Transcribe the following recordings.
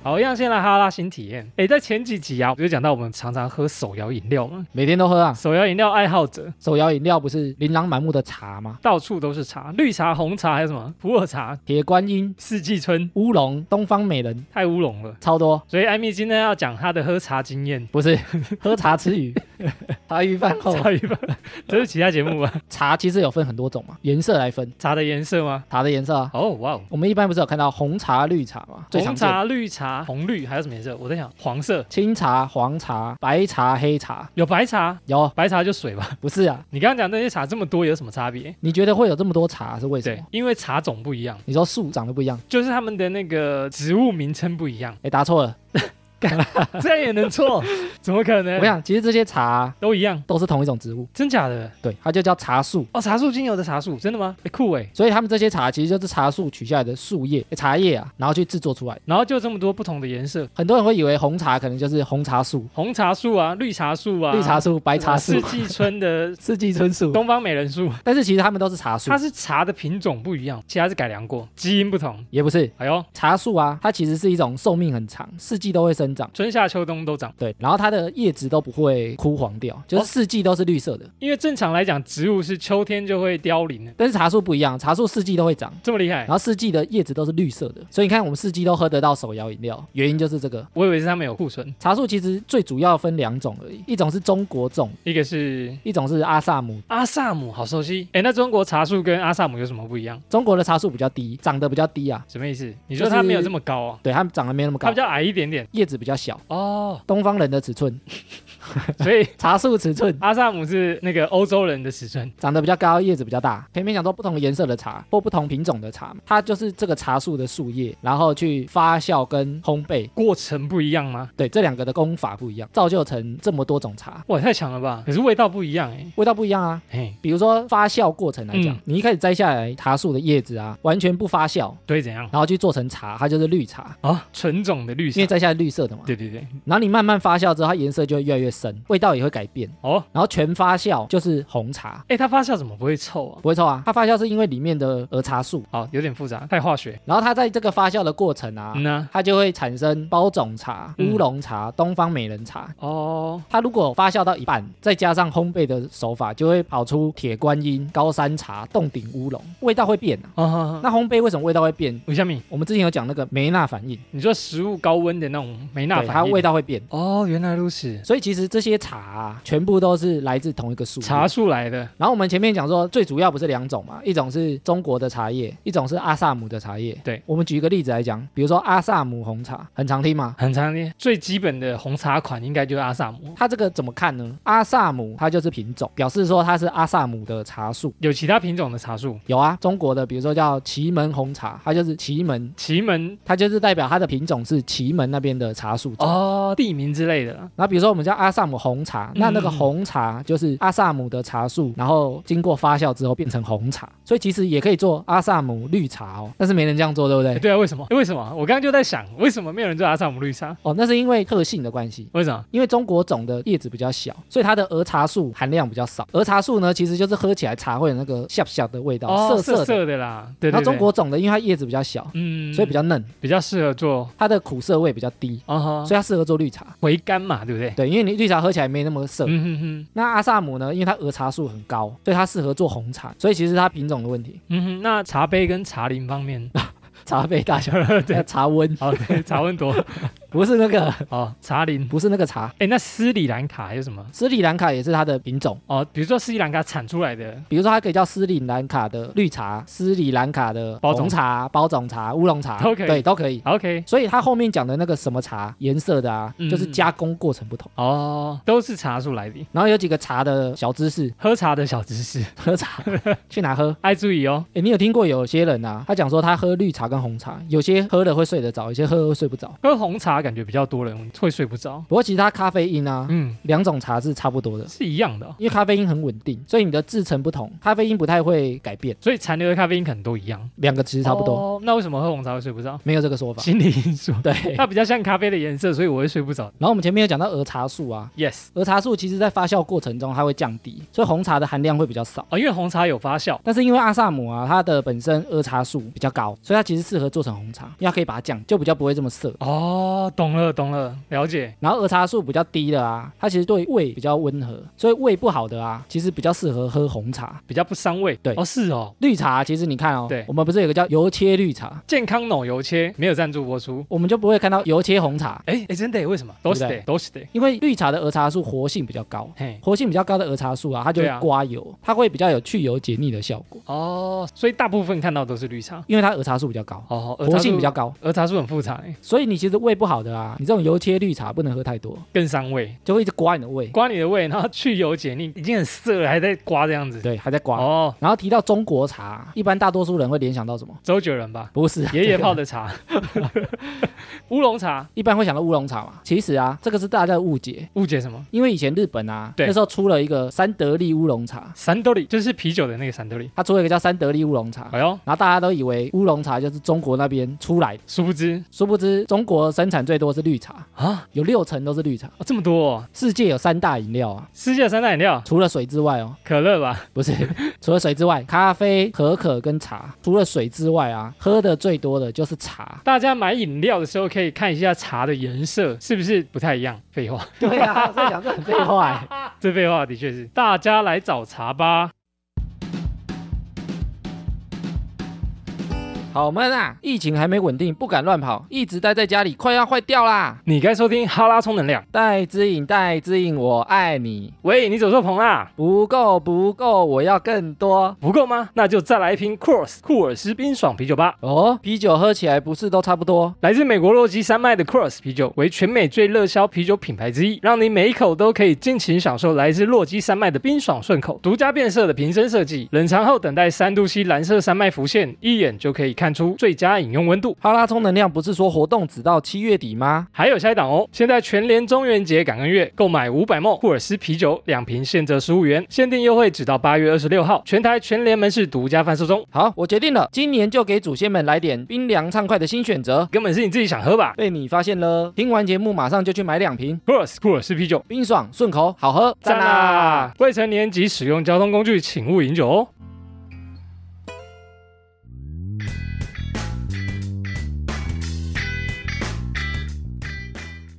好，一样先来哈拉新体验。诶，在前几集啊，我就讲到我们常常喝手摇饮料嘛，每天都喝啊。手摇饮料爱好者手摇饮料不是琳琅满目的茶吗？到处都是茶，绿茶、红茶，还有什么普洱茶、铁观音、四季春，乌龙、东方美人，太乌龙了。超多。所以艾米今天要讲她的喝茶经验。不是 喝茶吃鱼， 茶余饭后。 茶一 吧，这是其他节目吧？茶其实有分很多种嘛，颜色来分，茶的颜色吗？茶的颜色啊。哦，哇哦，我们一般不是有看到红茶、绿茶嘛？最常红见茶、绿茶、红绿，还有什么颜色？我在想黄色，清茶、黄茶、白茶、黑茶。有白茶，有白茶就水吧。 不是啊？你刚刚讲那些茶这么多，有什么差别？你觉得会有这么多茶是为什对么？，因为茶种不一样，你说树长得不一样？就是他们的那个植物名称不一样，哎，答错了。 这样也能错？怎么可我能？想，其实这些茶啊都一样，都是同一种植物，真假的？对，它就叫茶树。哦，茶树精油的茶树，真的吗？哎，酷哎！所以他们这些茶其实就是茶树取下来的树叶、诶茶叶啊，然后去制作出来的。然后就这么多不同的颜色，很多人会以为红茶可能就是红茶树、红茶树啊，绿茶树啊，绿茶树、白茶四树、季春的四季春树，东方美人 树，但是其实它们都是茶树它，是茶的品种不一样，其他是改良过，基因不同。也不是哎呦，茶树啊，它其实是一种寿命很长，四季都会生长。春夏秋冬都长，对，然后它的叶子都不会枯黄哦掉，就是四季都是绿色的。因为正常来讲，植物是秋天就会凋零的，但是茶树不一样，茶树四季都会长，这么厉害然。后四季的叶子都是绿色的，所以你看我们四季都喝得到手摇饮料，原因就是这个。我以为是它们有库存，茶树其实最主要分两种而已，一种是中国种，一个是一种是阿萨姆。阿萨姆，好熟悉。哎，那中国茶树跟阿萨姆有什么不一样？中国的茶树比较低，长得比较低啊，什么意思？你就说它没有是这么高啊？对，它们长得没那么它高比，较矮一点点叶子比较小，哦，东方人的尺寸，所以茶树尺寸 阿萨姆是那个欧洲人的尺寸。长得比较高，叶子比较大。偏偏讲说不同颜色的茶或不同品种的茶，它就是这个茶树的树叶，然后去发酵跟烘焙，过程不一样吗？对，这两个的功法不一样，造就成这么多种茶，哇，太强了吧！可是味道不一样哎、味道不一样啊。嘿，比如说发酵过程来讲，嗯你一开始摘下来茶树的叶子啊，完全不发酵，所以怎样然后去做成茶，它就是绿茶，啊？纯种的绿因茶为。摘下来绿色的嘛。对对对，然后你慢慢发酵之后，它颜色就会越来越深，味道也会改变。哦，然后全发酵就是红茶，哎，它发酵怎么不会臭啊？不会臭啊。它发酵是因为里面的儿茶素，好，有点复杂，太化学。然后它在这个发酵的过程啊，嗯呐、它就会产生包种茶、嗯乌龙茶、东方美人茶。哦，它如果发酵到一半，再加上烘焙的手法，就会跑出铁观音、高山茶、洞顶乌龙，味道会变啊。啊哈哈，那烘焙为什么味道会变？吴小米，我们之前有讲那个梅纳反应，你说食物高温的那种没那对，它反应，味道会变。哦，原来如此，所以其实这些茶、啊、全部都是来自同一个树。茶树来的，然后我们前面讲说，最主要不是两种嘛，一种是中国的茶叶，一种是阿萨姆的茶叶。对，我们举一个例子来讲，比如说阿萨姆红茶，很常听嘛。很常见。最基本的红茶款应该就是阿萨姆，它这个怎么看呢？阿萨姆它就是品种，表示说它是阿萨姆的茶树。有其他品种的茶树，有啊，中国的比如说叫祁门红茶，它就是祁门，祁门它就是代表它的品种是祁门那边的茶树种。哦，地名之类的啦。然后比如说我们叫阿萨姆红茶，那那个嗯红茶就是阿萨姆的茶树，然后经过发酵之后变成红茶，所以其实也可以做阿萨姆绿茶哦，但是没人这样做，对不哎，对？对啊，为什么？ 哎为什么？我刚刚就在想，为什么没有人做阿萨姆绿茶？哦，那是因为特性的关系。为什么？因为中国种的叶子比较小，所以它的儿茶素含量比较少。儿茶素呢，其实就是喝起来茶会有那个下下的味道，涩哦涩涩啊的。涩的啦。对对对。然后中国种的，因为它叶子比较小，嗯，所以比较嫩，比较适合做它的苦涩味比较低，啊哈，所以它适合做绿茶。回甘嘛，对不对？对，因为你绿茶喝起来没那么涩。嗯哼哼，那阿萨姆呢，因为它儿茶素很高，所以它适合做红茶。所以其实它品种的问题，嗯哼。那茶杯跟茶铃方面， 茶杯大小， 对，茶温好，对，茶温多， 不是那个，好，茶铃。不是那个茶。哎，那斯里兰卡还有什么？斯里兰卡也是它的品种，哦，比如说斯里兰卡产出来的，比如说它可以叫斯里兰卡的绿茶、斯里兰卡的包种红茶、包种茶、乌龙茶，都可以对，都可以。好 OK，所以它后面讲的那个什么茶颜色的啊，嗯就是加工过程不同。哦，都是茶树来的。然后有几个茶的小知识，喝茶的小知识， 喝茶去哪喝？爱注意哦。诶，你有听过有些人啊，他讲说他喝绿茶跟红茶，有些喝了会睡得着，有些喝了会睡不着。喝红茶茶感觉比较多人会睡不着。不过其实它咖啡因啊，嗯，两种茶是差不多的，是一样的哦、因为咖啡因很稳定，所以你的制成不同，咖啡因不太会改变，所以残留的咖啡因可能都一样，两个其实差不多，哦那为什么喝红茶会睡不 着？没有这个说法。心理因素， 对，它比较像咖啡的颜色，所以我会睡不着。然后我们前面有讲到儿茶素啊， Yes，儿茶素其实在发酵过程中它会降低，所以红茶的含量会比较少。哦，因为红茶有发酵，但是因为阿萨姆啊，它的本身儿茶素比较高，所以它其实适合做成红茶，因为它可以把它降，就比较不会这么涩。哦，懂了懂了，了解。然后儿茶素比较低的啊，它其实对胃比较温和，所以胃不好的啊，其实比较适合喝红茶。比较不伤胃。对哦，是哦。绿茶其实你看哦，对我们不是有个叫油切绿茶，健康脑油切没有赞助播出。我们就不会看到油切红茶，哎哎，真的耶？为什么？都是对的，都是的。因为绿茶的儿茶素活性比较高，嘿，活性比较高的儿茶素啊，它就对啊会刮油，它会比较有去油解腻的效果，哦，所以大部分看到都是绿茶。因为它儿茶素比较高，哦，儿茶素活性比较，高，儿茶素很复杂耶，所以你其实胃不好的啊，你这种油切绿茶不能喝太多，更伤胃，就会一直刮你的胃，刮你的胃，然后去油解腻，已经很涩了，还在刮这样子。对，还在刮。哦，然后提到中国茶，一般大多数人会联想到什么？周九人吧，不是啊爷爷泡这个的茶，乌龙茶， 一般会想到乌龙茶嘛。其实啊，这个是大家的误解，误解什么？因为以前日本啊，对那时候出了一个三得利乌龙茶，三得利就是啤酒的那个三得利。它出了一个叫三得利乌龙茶。哎呦，然后大家都以为乌龙茶就是中国那边出来的，殊不知殊不知中国生产最多是绿茶，啊、有六成都是绿茶。哦这么多、哦，世界有三大饮料啊，世界三大饮料，除了水之外哦，可乐吧，不是， 除了水之外，咖啡、可可跟茶。除了水之外啊，喝的最多的就是茶。大家买饮料的时候可以看一下茶的颜色是不是不太一样。废话， 对啊，所以讲这很废话、欸。这废话的确是。大家来找茶吧。 好闷啊！疫情还没稳定，不敢乱跑，一直待在家里，快要坏掉啦！你该收听哈拉充能量。戴之颖，戴之颖，我爱你，喂，你走错棚啦，不够，不够，我要更多不够吗？那就再来一瓶 Cross 库尔斯冰爽啤酒吧。哦！啤酒喝起来不是都差不多？来自美国洛基山脉的 Cross 啤酒为全美最热销啤酒品牌之一，让你每一口都可以尽情享受来自洛基山脉的冰爽顺口。独家变色的瓶身设计，冷藏后等待三度 C 蓝色山脉浮现，一眼就可以看出最佳饮用温度。哈拉充能量不是说活动只到七月底吗？还有下一档哦！现在全联中元节感恩月购买五百梦库尔斯啤酒两瓶，现折十五元，限定优惠只到八月二十六号，全台全联门市独家贩售中。好，我决定了，今年就给祖先们来点冰凉畅快的新选择。根本是你自己想喝吧被你发现了，听完节目马上就去买两瓶，库尔斯库尔斯啤酒，冰爽顺口，好喝，赞啦！！未成年及使用交通工具，请勿饮酒哦。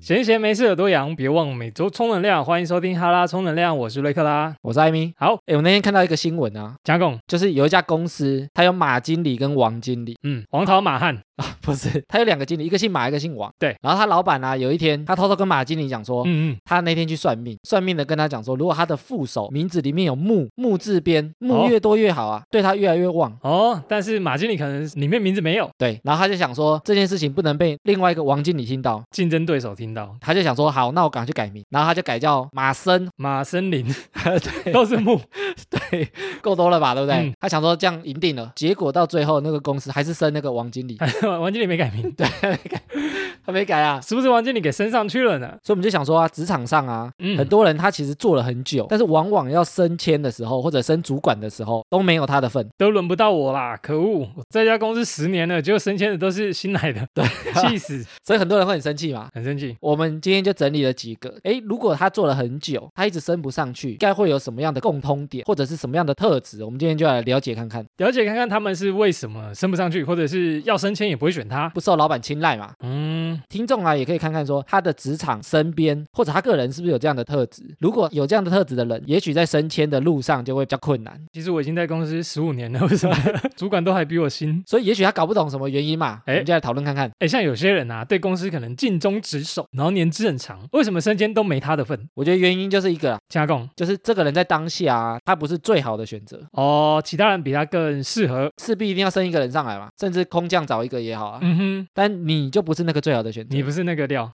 闲闲没事耳朵痒，别忘每周充能量。欢迎收听哈拉充能量，我是瑞克拉。我是艾米。好，哎，我那天看到一个新闻啊，加贡，就是有一家公司，它有马经理跟王经理。 嗯，黄桃马汉，不是，他有两个经理，一个姓马，一个姓王。对，然后他老板啊，有一天他偷偷跟马经理讲说，嗯嗯，他那天去算命，算命的跟他讲说，如果他的副手名字里面有木木字边，木哦越多越好啊，对他越来越旺。哦，但是马经理可能里面名字没有，对，然后他就想说这件事情不能被另外一个王经理听到，竞争对手听到他就想说好，那我赶快去改名，然后他就改叫马森，马森林对，都是木， 够多了吧，对不对？嗯他想说这样赢定了，结果到最后那个公司还是升那个王经理，王经理没改名，他没改啊，是不是王经理给升上去了呢？所以我们就想说啊，职场上啊，嗯很多人他其实做了很久，但是往往要升迁的时候或者升主管的时候都没有他的份。都轮不到我啦，可恶！我在这家公司十年了，结果升迁的都是新来的，对，气死，所以很多人会很生气嘛。很生气。我们今天就整理了几个，诶，如果他做了很久，他一直升不上去，该会有什么样的共通点，或者是什么样的特质？我们今天就来了解看看。了解看看他们是为什么升不上去，或者是要升迁也不会选他。不受老板青睐嘛，嗯，听众啊也可以看看说他的职场身边或者他个人是不是有这样的特质。如果有这样的特质的人，也许在升迁的路上就会比较困难。其实我已经在公司十五年了，为什么 主管都还比我新？所以也许他搞不懂什么原因嘛，我诶们就来讨论看看。哎，像有些人啊，对公司可能尽忠职守，然后年资很长，为什么升迁都没他的份？我觉得原因就是一个啦加工就是这个人在当下、啊，他不是最好的选择，哦，其他人比他更适合。势必一定要升一个人上来嘛，甚至空降找一个也好啊。嗯哼，但你就不是那个最好的的选择。你不是那个料。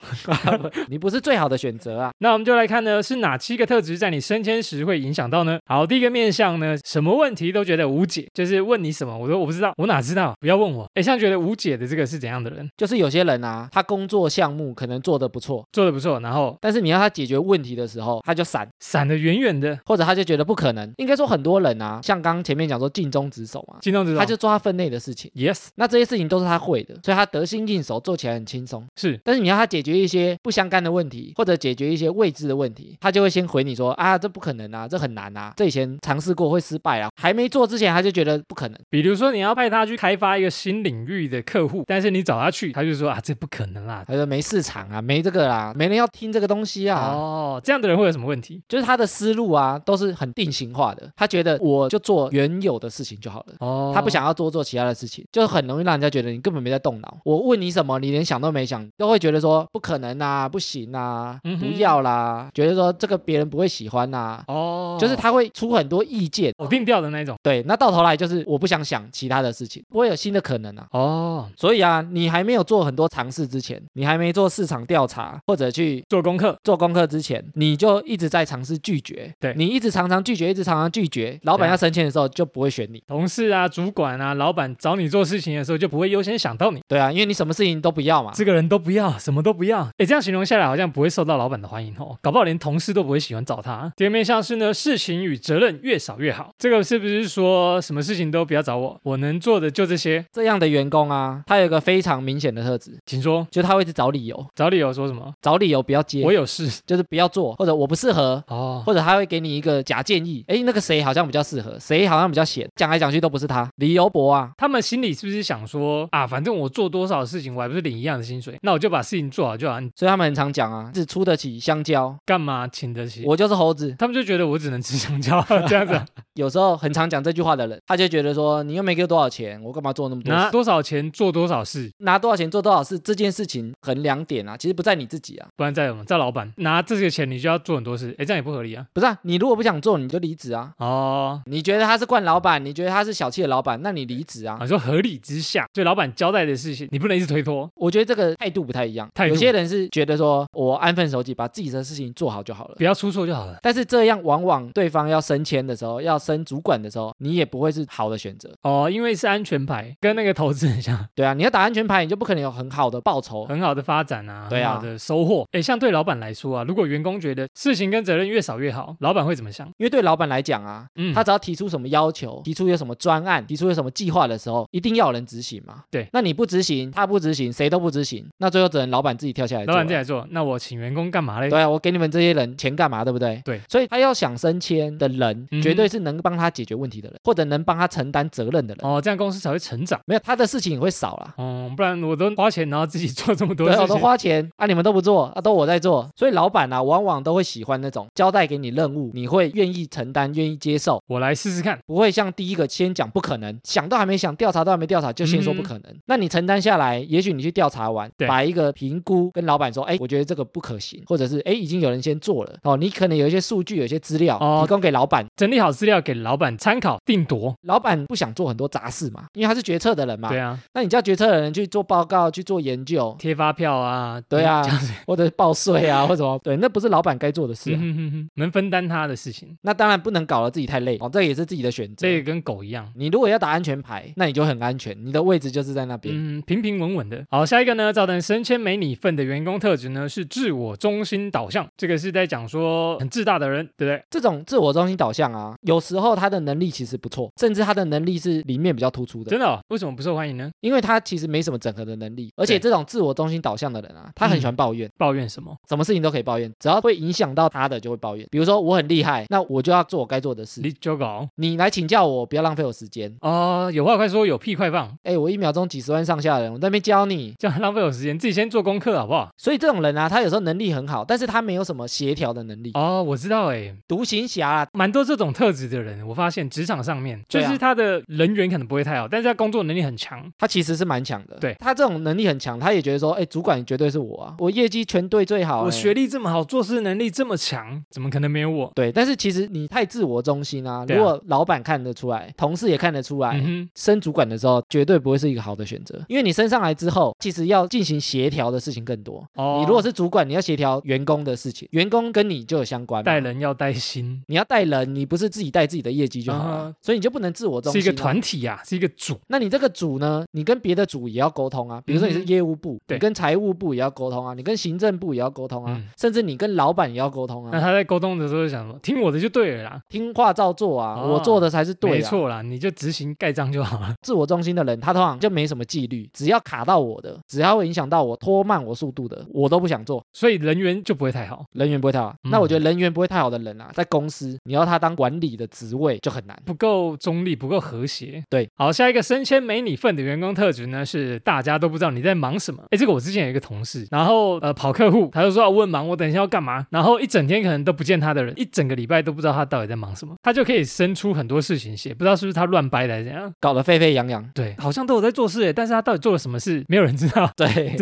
你不是最好的选择啊。那我们就来看呢，是哪七个特质在你升迁时会影响到呢？好，第一个面向呢，什么问题都觉得无解，就是问你什么，我说我不知道，我哪知道，不要问我。哎，像觉得无解的这个是怎样的人？就是有些人啊，他工作项目可能做得不错，做的不错，然后但是你要他解决问题的时候，他就闪，闪得远远的，或者他就觉得不可能。应该说很多人啊，像刚刚前面讲说尽忠职守嘛，金动之他就做他分内的事情。 yes 那这些事情都是他会的，所以他得心应手，做起来很轻松。是但是你要他解决一些不相干的问题，或者解决一些未知的问题，他就会先回你说啊，这不可能啊，这很难啊，这以前尝试过会失败啊，还没做之前他就觉得不可能。比如说你要派他去开发一个新领域的客户，但是你找他去，他就说啊，这不可能啦。他说没市场啊，没这个啦，没人要听这个东西啊。哦，这样的人会有什么问题？就是他的思路啊，都是很定型化的。他觉得我就做原有的事情就好了，哦，他不想要多做其他的事情，就很容易让人家觉得你根本没在动脑。我问你什么，你连想都没想，都会觉得说不可能啊，不行啊，嗯不哼要啦，觉得说这个别人不会喜欢呐、哦，就是他会出很多意见。否定掉的那种。对，那到头来就是我不想想其他的事情，不会有新的可能啊。哦，所以啊，你还没有做很多尝试之前，你还没做市场调查或者去做功课，做功课之前，你就一直在尝试拒绝，对你一直常常拒绝，一直常常拒绝，老板对啊要升迁的时候就不会选你，同事啊、主管啊、老板找你做事情的时候，就不会优先想到你。对啊，因为你什么事情都不要嘛，这个人都不要，什么都不要。哎，这样形容下来好像不会受到老板的欢迎哦，搞不好连同事都不会喜欢找他。第二面向是呢，事情与责任越少越好。这个是不是说什么事情都不要找我，我能做的就这些？这样的员工啊，他有一个非常明显的特质，请说，就是他会一直找理由，找理由说什么？找理由不要接我，有事就是不要做，或者我不适合。哦。或者他会给你一个假建议，诶，那个谁好像比较适合，谁好像比较闲，讲来讲去都不是他，理由博啊，他们心里是不是想说啊，反正我做多少事情，我还不是领一样的薪水，那我就把事情做好就好。你所以他们很常讲啊，只出得起香蕉，干嘛请得起？我就是猴子。他们就觉得我只能吃香蕉这样子啊，有时候很常讲这句话的人，他就觉得说，你又没给我多少钱，我干嘛做那么多事？拿多少钱做多少事，拿多少钱做多少事这件事情衡量点啊，其实不在你自己啊，不然再怎么再老板拿这些钱，你就要做很多事，哎，这样也不合理啊。不是啊，你如果不想做，你就离职啊。哦，你觉得他是惯老板，你觉得他是小气的老板，那你离职啊啊，。你说合理之下，对老板交代的事情，你不能一直推脱。我觉得这个态度不太一样，态度有些人是觉得说我安分守己，把自己的事情做好就好了不。要出错就好了。但是这样往往对方要升迁的时候，要升主管的时候，你也不会是好的选择，哦，因为是安全牌，跟那个投资很像，对啊，你要打安全牌，你就不可能有很好的报酬，很好的发展啊，对啊很好的收获。哎，像对老板来说啊，如果员工觉得事情跟责任越少越好，老板会怎么想？因为对老板来讲啊，嗯，他只要提出什么要求，提出有什么专案，提出有什么计划的时候，一定要有人执行嘛。对那你不执行，他不执行，谁都不执行，那最后只能老板自己跳下来做老啊。板这样做，那我请员工干嘛嘞？对啊，我给你们这些人钱干嘛？对不对？对所以他要想升迁的人，嗯绝对是能帮他解决问题的人，或者能帮他承担责任的人。哦，这样公司才会成长。没有他的事情也会少啦。哦，不然我都花钱，然后自己 做这么多对事啊，情，我都花钱啊，你们都不做啊，都我在做。所以老板啊，往往都会喜欢那种交代给你任务，你会愿意承担、愿意接受，我来试试看。不会像第一个先讲不可能，想都还没想，调查都还没调查就先说不可能。那你承担下来，也许你去调查完，嗯对把一个评估跟老板说，哎，我觉得这个不可行，或者是哎已经有人先做了哦，你可能有一些数据、有一些资料、哦提供给老板，整理好资料给老板参考定夺。老板不想做很多杂事嘛，因为他是决策的人嘛，对啊，那你叫决策的人去做报告、去做研究。贴发票啊，对啊这样子，或者是报税啊，或者什 么，对，那不是老板该做的事、啊。嗯啊哼哼哼能分担他的事情，那当然不能搞得自己太累哦，这也是自己的选择。这个跟狗一样。你如果要打安全牌，那你就很安全，你的位置就是在那边。嗯，平平稳稳的。好，下一个呢，造成升迁没你份的员工特质呢，是自我中心导向。这个是在讲说很自大的人，对不对？这种自我中心导向啊，有时候他的能力其实不错，甚至他的能力是里面比较突出的，真的、哦，为什么不受欢迎呢？因为他其实没什么整合的能力。而对且嗯这种自我中心导向的人啊，他很喜欢抱怨，抱怨什么？什么事情都可以抱怨，只要会影响到他的就会抱怨。比如说我很厉害，那我就要做我该做的事。你就搞你来请教我，不要浪费我时间。哦，有话快说，有屁快放，哎，我一秒钟几十万上下的人，我在那边教你。这样浪费我时间，自己先做功课好不好？所以这种人啊，他有时候能力很好，但是他没有什么协调的能力。哦，我知道哎，独行侠啊，蛮多这种特质的人，我发现职场上面就对啊是他的人缘可能不会太好，但是他工作能力很强，他其实是蛮强的，对他这种能力很强，他也觉得说，哎，主管绝对是我啊，我业绩全队最好、我哎学历这么好，做事能力这么强，怎么可能没有我？对，但是其实你太自我中心啊，对啊如果老板看得出来，同事也看得出来。嗯哼，升主管的时候，绝对不会是一个好的选择，因为你升上来之后，其实要进行协调的事情更多。哦你如果是主管，你要协调员工的事情，员工跟你就有相关嘛。带人要带心，你要带人，你不是自己带自己的业绩就好了，啊所以你就不能自我中是心、啊一个。团体呀、是一个组。那你这个组呢，你跟别的组也要沟通啊，比如说你是嗯哼业务部，对你跟财务部也要沟通啊，你跟行政部也要沟通啊，嗯甚至你跟老板也要沟通那啊，他在沟通的时候就想说，听我的就对了啦，听话照做啊，哦我做的才是对、啊，没。错啦，你就执行盖章就好了。 自我中心的人，他通常就没什么纪律，只要卡到我的，只要会影响到我、拖慢我速度的，我都不想做。所以人缘就不会太好。人缘不会太好，嗯那我觉得人缘不会太好的人啊，在公司你要他当管理的职位就很难。不够中立，不够和谐。对，好，下一个升迁没你份的员工特质呢，是大家都不知道你在忙什么。哎，这个我之前有一个同事，然后呃跑客户，他就说啊我很忙，我等一下要干嘛，然后一整天可能都不见他的人，一整个礼拜都不知道他到底在忙什么，他就可以生出很多事情写，不知道是不是他乱掰的还是怎样。搞得沸沸扬扬，对，好像都有在做事诶，但是他到底做了什么事，没有人知道，对，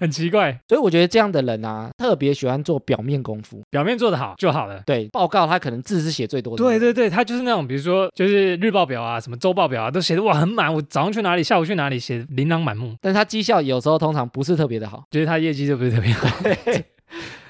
很奇怪。 所以我觉得这样的人啊，特别喜欢做表面功夫。表面做得好就好了。对，报告他可能字是写最多的，对，对对，他就是那种，比如说就是日报表啊，什么周报表啊，都写的哇很满，我早上去哪里，下午去哪里，写得琳琅满目。但是他绩效有时候通常不是特别的好，觉得他业绩就不是特别好。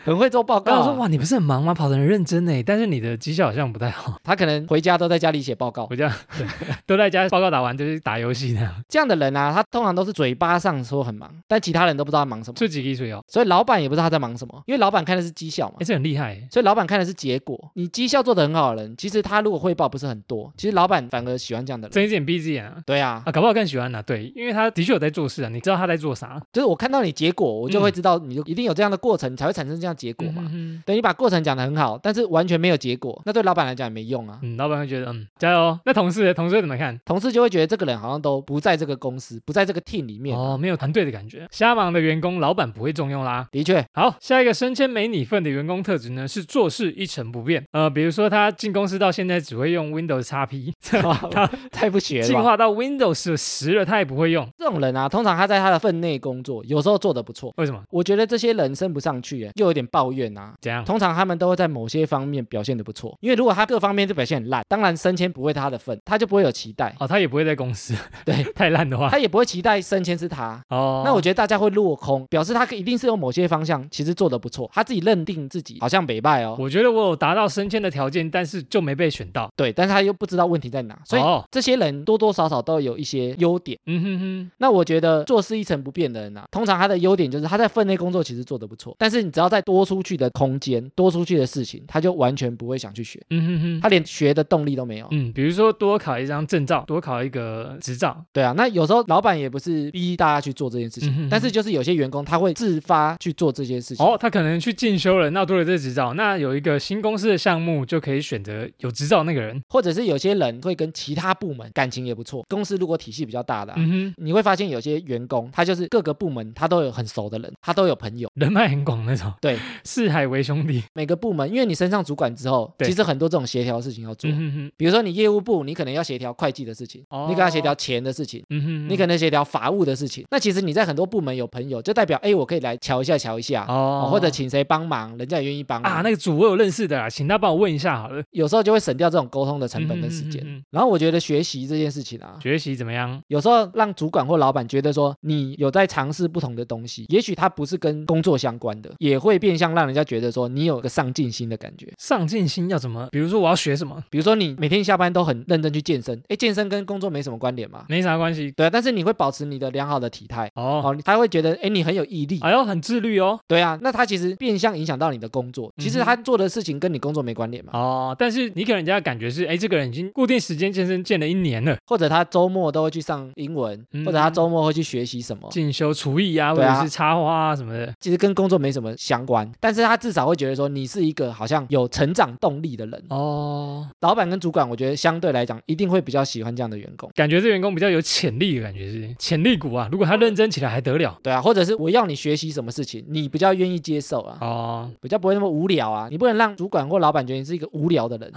很会做报刚告、啊刚说哇，你不是很忙吗？跑得很认真呢，但是你的绩效好像不太好。他可能回家都在家里写报告我。这样 都在家报告打完就是打游戏那样，这样的人啊，他通常都是嘴巴上说很忙，但其他人都不知道他忙什么，就几滴水哦，所以老板也不知道他在忙什么，因为老板看的是绩效嘛哎，。这很厉害耶。所以老板看的是结果，你绩效做得很好的人，其实他如果汇报不是很多，其实老板反而喜欢这样的人。睁一只眼闭一只眼啊。对啊，啊，搞不好更喜欢呢、对，因为他的确有在做事啊，你知道他在做啥就是我看到你结果，我就会知道你就一定有这样的过程，你才会产生这样的结果嗯嘛。哼哼等你把过程讲得很好，但是完全没有结果，那对老板来讲也没用啊。嗯，老板会觉得嗯，加油哦。那同事呢同事怎么看？同事就会觉得这个人好像都不在这个公司，不在这个 team 里面。哦，没有团队的感觉，瞎忙的员工，老板不会重用啦。的确，好，下一个升迁没你份的员工特质呢，是做事一成不变。呃，比如说他进公司到现在只会用 Windows XP，太不学了进吧。化到 Windows 十了，他也不会用，这种人啊，通常他在他的分内工作，有时候做得不错。为什么？我觉得这些人升不上去，又有点抱怨啊。怎样？通常他们都会在某些方面表现得不错，因为如果他各方面都表现很烂，当然升迁不会他的份，他就不会有期待，哦，他也不会在公司，对， 太烂的话，他也不会期待升迁是他。哦，那我觉得大家会落空，表示他一定是有某些方向其实做得不错，他自己认定自己好像北败哦，我觉得我有达到升迁的条件，但是就没被选到，对，但是他又不知道问题在哪，所以哦，这些人多多少少都有一些优点。嗯哼哼，那我觉得做事一成不变的人啊，通常他的优点就是他在分内工作其实做得不错，但是你只要再多出去的空间、多出去的事情，他就完全不会想去学，嗯哼哼。他连学的动力都没有。嗯，比如说多考一张证照，多考一个执照，对啊，那有时候老板也不是逼大家去做这件事情，嗯哼但是就是有些员工他会自发去做这些事情。哦，他可能去进修了，那多了这执照，那有一个新公司的项目就可以选择有执照那个人，或者是有些人会跟其他部门感情也不错，公司如果体系比较大的啊、嗯哼，你会发现有些员工，他就是各个部门他都有很熟的人，他都有朋友。人脉很广那种，对，四海为兄弟，每个部门，因为你升上主管之后，对其实很多这种协调的事情要嗯做。哼哼，比如说你业务部，你可能要协调会计的事情，哦你可能要协调钱的事情，嗯哼哼，你可能协调法务的事情。那其实你在很多部门有朋友，就代表哎，我可以来瞧一下瞧一下，哦哦，或者请谁帮忙，人家也愿意帮忙啊，那个组我有认识的啦，请他帮我问一下好了，有时候就会省掉这种沟通的成本跟时间。嗯哼哼哼然后我觉得学习这件事情啊，学习怎么样？有时候让主管或老板觉得说你有在尝试不同的东西，也许它不是跟工作相关的，也会变相让人家觉得说你有个上进心的感觉。上进心要怎么？比如说我要学什么，比如说你每天下班都很认真去健身，诶，健身跟工作没什么关联嘛？没啥关系对啊，但是你会保持你的良好的体态。嗯哦。哦，他会觉得，诶，你很有毅力，哎呦，很自律哦。对啊，那他其实变相影响到你的工作，其实嗯哼他做的事情跟你工作没关联嘛，哦，但是你给人家的感觉是，哎，这个人已经固定时间健身健了一年了，或者他周末都会去上英文，嗯或者他周末会去学习什么，进修厨艺啊，或对啊者是插花啊什么的。其实跟工作没什么相关，但是他至少会觉得说你是一个好像有成长动力的人。哦，老板跟主管，我觉得相对来讲一定会比较喜欢这样的员工，感觉这员工比较有潜力的感觉是潜力股啊。如果他认真起来还得了？对啊，或者是我要你学习什么事情，你比较愿意接受啊。哦，比较不会那么无聊啊！你不能让主管或老板觉得你是一个无 聊的人。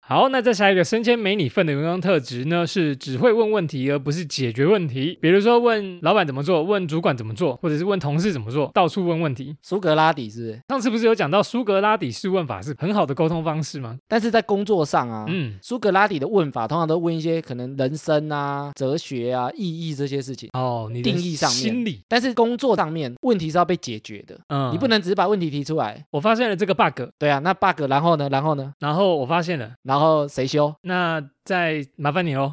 好，那再下一个升迁没你份的员工特质呢，是只会问问题而不是解决问题。比如说问老板怎么做，问主管怎么做，或者是问同事怎么做，到处问问题。苏格拉底底是不是？上次不是有讲到苏格拉底式问法是很好的沟通方式吗？但是在工作上啊，嗯，苏格拉底的问法通常都问一些可能人生啊、哲学啊、意义这些事情，哦，你的定义上面心理，但是工作上面问题是要被解决的，嗯，你不，能只是把问题提出来。我发现了这个 bug，对啊，那 bug，然后呢，然后呢，然后我发现了，然后谁修？那再麻烦你喽，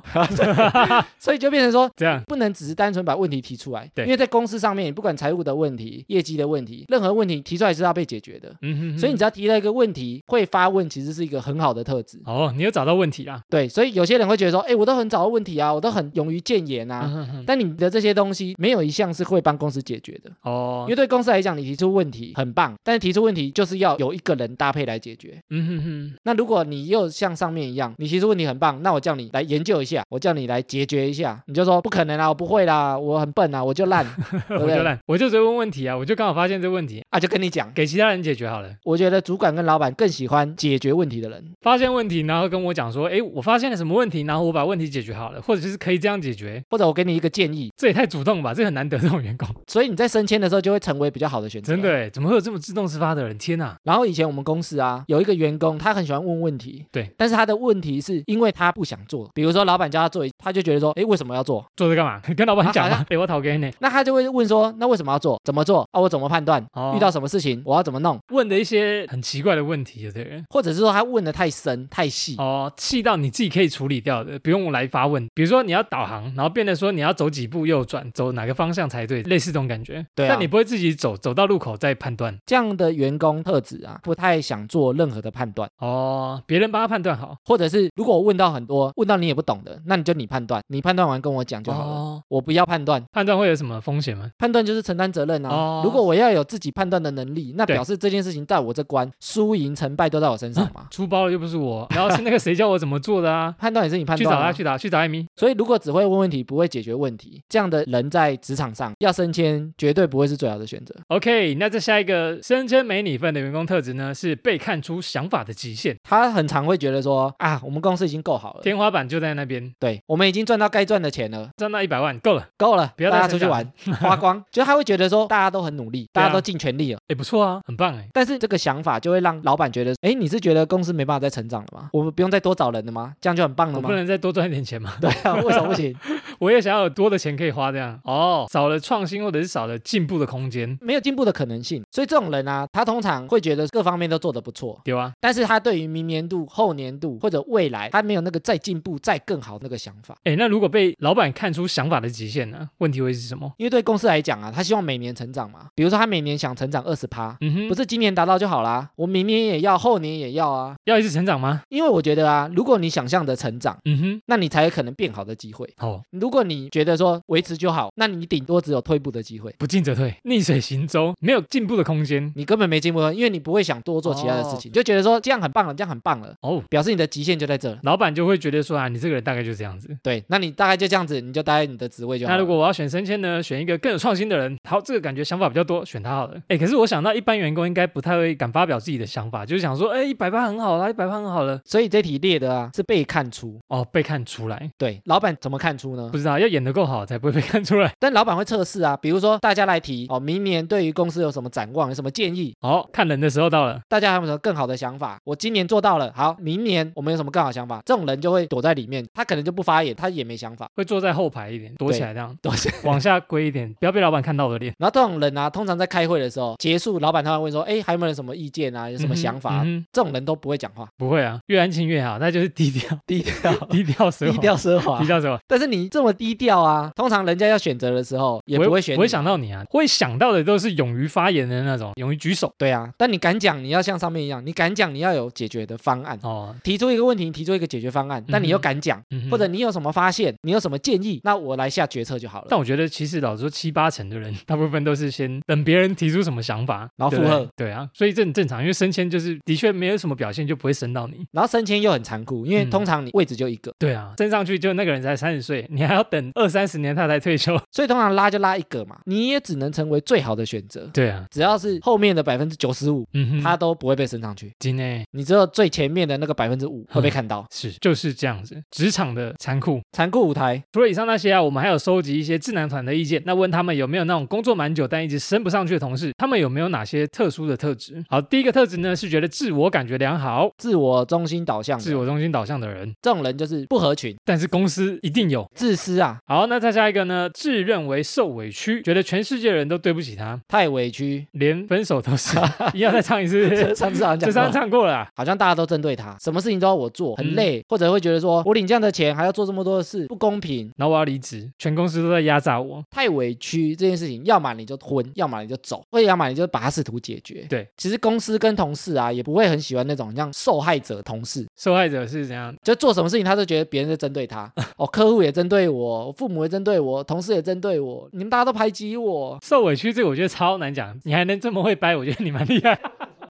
所以就变成说。 这样，不能只是单纯把问题提出来，对因为在公司上面，你不管财务的问题、业绩的问题，任何问题提出来是要被解决的。嗯哼哼所以你只要提到一个问题，会发问其实是一个很好的特质。哦，你又找到问题啦，对，所以有些人会觉得说，哎，我都很找到问题啊，我都很勇于谏言啊，嗯哼哼但你的这些东西没有一项是会帮公司解决的，哦因，为对公司来讲，你提出问题很棒，但是提出问题就是要有一个人搭配来解决。嗯哼哼，那如果你又像上面一样，你提出问题很棒，那我叫你来研究一下，我叫你来解决一下，你就说不可能啊，我不会啦，我很笨啊，我就 烂对不我对就烂，我就直接问问题啊，我就刚好发现这问题，啊，就跟你讲。给其他人解决好了。我觉得主管跟老板更喜欢解决问题的人，发现问题，然后跟我讲说，诶，我发现了什么问题，然后我把问题解决好了，或者就是可以这样解决，或者我给你一个建议，这也太主动了吧，这很难得这种员 工，所以你在升迁的时候就会成为比较好的选择。真的。诶，怎么会有这么自动自发的人？天哪！然后以前我们公司啊，有一个员工，他很喜欢问问题，对，但是他的问题是因为他不想做，比如说老板叫他做，他就觉得说，诶，为什么要做？做这干嘛？ 跟老板讲啊好 吗？诶，我讨给你那他就会问说，那为什么要做？怎么做？啊，我怎么判断？哦遇到什么事情，我要怎么弄？问的一些很奇怪的问题，有的人或者是说他问的太深太细，哦，气到你自己可以处理掉的，不用来发问。比如说你要导航，然后变得说你要走几步右转，走哪个方向才对，类似这种感觉。对啊但你不会自己走，走到路口再判断这样的员工特质啊，不太想做任何的判断，哦，别人帮他判断好或者是如果我问到很多，问到你也不懂的，那你就你判断，你判断完跟我讲就好了。哦。我不要判断，判断会有什么风险吗？判断就是承担责任啊。哦如果我要有自己判断的能力，那对表示这件事情在我这关，输赢成败都在我身上嘛。？出包了又不是我，然后是那个谁教我怎么做的 啊判断也是你判去断、找啊。他，去找去找艾米。所以，如果只会问问题不会解决问题，这样的人在职场上要升迁，绝对不会是最好的选择。 OK，那这下一个升迁没你份的员工特质呢，是被看出想法的极限，他很常会觉得说啊，我们公司已经够好了，天花板就在那边，对我们已经赚到该赚的钱了，赚到一百万够了，够了，不要再大家出去玩， 花光。就他会觉 得说，大家都很努力，对啊大家都尽全力了。也不错啊，很棒哎。但是这个想法就会让老板觉得，哎，你是觉得公司没办法再成长了吗？我们不用再多找人了吗？这样就很棒了我吗不？能再多赚一点钱吗？ 对啊，为什么不行？我也想要有多的钱可以花，这样哦，少了创新或者是少了进步的空间，没有进步的可能性。所以这种人啊，他通常会觉得各方面都做得不错，对吧？但是他对于明年度、后年度或者未来，他没有那个再进步、再更好那个想法。哎，那如果被老板看出想法的极限呢？问题会是什么？因为对公司来讲啊，他希望每年成长嘛。比如说，他每年想成长二十趴，嗯哼，不是今年达到就好啦，我明年也要，后年也要啊。要一直成长吗？因为我觉得啊，如果你想象的成长，嗯哼，那你才有可能变好的机会。哦，如果你觉得说维持就好，那你顶多只有退步的机会，不进则退，逆水行舟，没有进步的空间。你根本没进步，因为你不会想多做其他的事情，就觉得说这样很棒了，这样很棒了，哦，表示你的极限就在这了。老板就会觉得说啊，你这个人大概就这样子。对，那你大概就这样子，你就待在你的职位就好那了。如果我要选升迁呢，选一个更有创新的人。好，这个感觉想法比较多，选他好了。哎，可是我想到一般员工应该不太会敢发表自己的想法，就是想说，哎，一百八很好啦，一百八很好了。所以这题列的啊是被看出，哦，被看出来，对，老板怎么看出呢不？知道要演得够好才不会被看出来。但老板会测试啊，比如说大家来提哦，明年对于公司有什么展望，有什么建议？好、看人的时候到了。大家还有没有什么更好的想法？我今年做到了，好，明年我们有什么更好的想法？这种人就会躲在里面，他可能就不发言，他也没想法。 会坐在后排一点，躲起来这样，躲起往下归一点，不要被老板看到我的脸。然后这种人啊，通常在开会的时候结束，老板他会问说，哎，还有没有人什么意见啊？有什么想法嗯啊？哼嗯哼这种人都不会讲话，不会啊，越安静越好，那就是低调， 低调，低调奢低华，调啊奢华低。调奢华。 但是你这么低调啊，通常人家要选择的时候也我不会选你啊，不会想到你啊，会想到的都是勇于发言的那种，勇于举手对啊，但你敢讲，你要像上面一样，你敢讲，你要有解决的方案。哦，提出一个问题，提出一个解决方案，但你又敢讲，嗯哼或者。你有什么发现，你有什么建议，那我来下决策就好了。但我觉得，其实老实说，七八成的人， 大部分都是先等别人提出什么想法，然后对不对附和。对啊，所以这很正常，因为升迁就是的确没有什么表现，就不会升到你。然后升迁又很残酷，因为嗯通常你位置就一个，对啊，升上去就那个人才三十岁，你还要等二三十年他才退休。所以通常拉就拉一个嘛，你也只能成为最好的选择。对啊，只要是后面的百分之九十五，嗯哼，他都不会被升上去，今天你只有最前面的那个百嗯分之五会被看到。是，就是这样子，职场的残酷。残酷舞台，除了以上那些啊，我们们还有收集一些智囊团的意见，那问他们有没有那种工作蛮久但一直升不上去的同事，他们有没有哪些特殊的特质？好，第一个特质呢是觉得自我感觉良好、自我中心导向的，自我中心导向的人，这种人就是不合群、但是公司一定有。自私啊，好，那再下一个呢？自认为受委屈，觉得全世界人都对不起他，太委 屈。连分手都是。 一样再唱一 次，嗯上次好像这讲上过，唱过了啊。好像大家都针对他，什么事情都要我做，很累，或者会觉得说我领这样的钱还要做这么多的事，不公平，然后我要离职，全公司都在压榨我。太委屈。这件事情，要么你就昏，要么你就走，或者要么你就把它试图解决。对，其实公司跟同事啊，也不会很喜欢那种很像受害者同事，受害者是怎样？就做什么事情他都觉得别人在针对他，哦，客户也针对我，我父母也针对我，同事也针对我，你们大家都排挤我，受委屈这个我觉得超难讲，你还能这么会掰，我觉得你蛮厉害。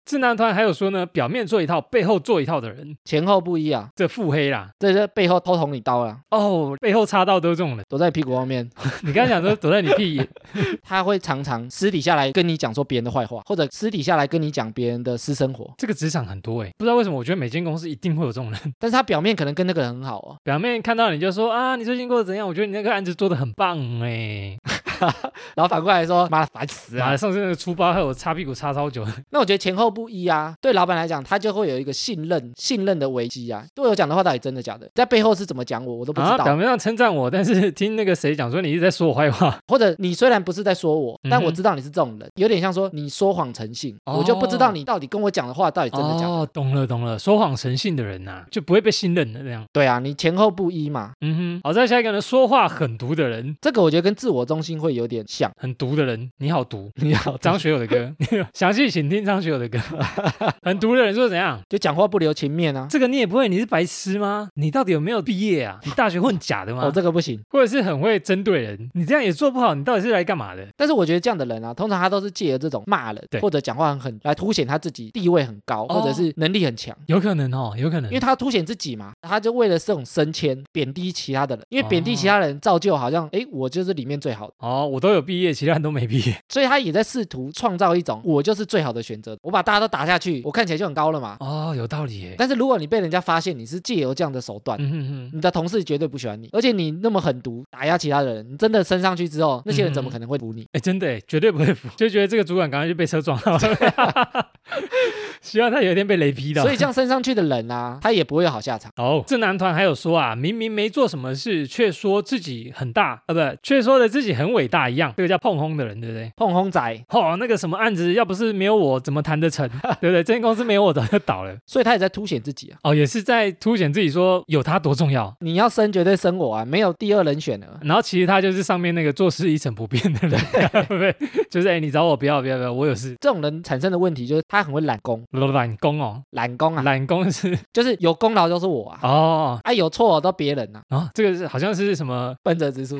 智囊团还有说呢，表面做一套，背后做一套的人，前后不一啊，这腹黑啦。这是背后偷捅你刀啦，哦，背后插刀都是这种人。躲在你屁股后面，你刚才讲说躲在你屁 眼，他会常常私底下来跟你讲说别人的坏话，或者私底下来跟你讲别人的私生活，这个职场很多哎、不知道为什么，我觉得每间公司一定会有这种人。但是他表面可能跟那个人很好哦，表面看到你就说啊，你最近过得怎样？我觉得你那个案子做得很棒哎、然后反过来说妈的烦死啊，啊。上次那个粗包害我擦屁股擦超久，那我觉得前后不一啊，对老板来讲，他就会有一个信任信任的危机啊。对我讲的话到底真的假的，在背后是怎么讲我，我都不知啊，道。表面上称赞我，但是听那个谁讲说你一直在说我坏话，或者你虽然不是在说我，嗯哼但我知道你是这种人，有点像说你说谎成性，哦我就不知道你到底跟我讲的话到底真的假的。哦，懂了懂了，说谎成性的人呐、就不会被信任的这样。对啊，你前后不一嘛，嗯哼，好，再下一个呢，说话很毒的人，这个我觉得跟自我中心会有点 像。很毒的人，你好毒。你好，张学友的歌， 详细请听张学友的歌。 很毒的人说怎样？ 就讲话不留情面啊。这个你也不会，你是白痴吗？你到底有没有毕业啊？你大学混假的吗？哦，这个不行。或者是很会针对人，你这样也做不好，你到底是来干嘛的？但是我觉得这样的人啊，通常他都是借由这种骂人对或者讲话很狠来凸显他自己地位很高，哦或者是能力很强。有可能哦，有可能因为。他凸显自己嘛，他就为了这种升迁贬低其他的人，因为贬低哦其他人，造就好像诶我就是里面最好的，哦，我都有毕业，其他人都没毕业。所以他也在试图创造一种我就是最好的选择，我把大家都打下去，我看起来就很高了嘛。哦，有道理耶。但是如果你被人家发现你是借由这样的手段，嗯哼哼，你的同事绝对不喜欢你，而且你那么狠毒打压其他人，你真的升上去之后，那些人怎么可能会服你？哎，真的耶，绝对不会服，就觉得这个主管刚刚就被车撞到了， 希望他有一天被雷劈到。所以这样升上去的人啊，他也不会有好下场。哦，这男团还有说啊，明明没做什么事，却说自己很大，呃，不，却说的自己很伟大一样，这个叫碰轰的人，对不对？碰轰仔，哦，那个什么案子，要不是没有我，怎么谈得成？ 对不对？这间公司没有我，早就倒了。所以他也在凸显自己啊。哦，也是在凸显自己说有他多重要。你要升绝对升我啊，没有第二人选了。然后其实他就是上面那个做事一成不变的人， 对不对？就是哎，你找我不要不要不要，我有事。 这种人产生的问题就是他很会懒功，懒工哦，懒功啊，懒工是就是有功劳都是我啊，哦啊有错都别人啊，哦，这个是好像是什么笨者直树。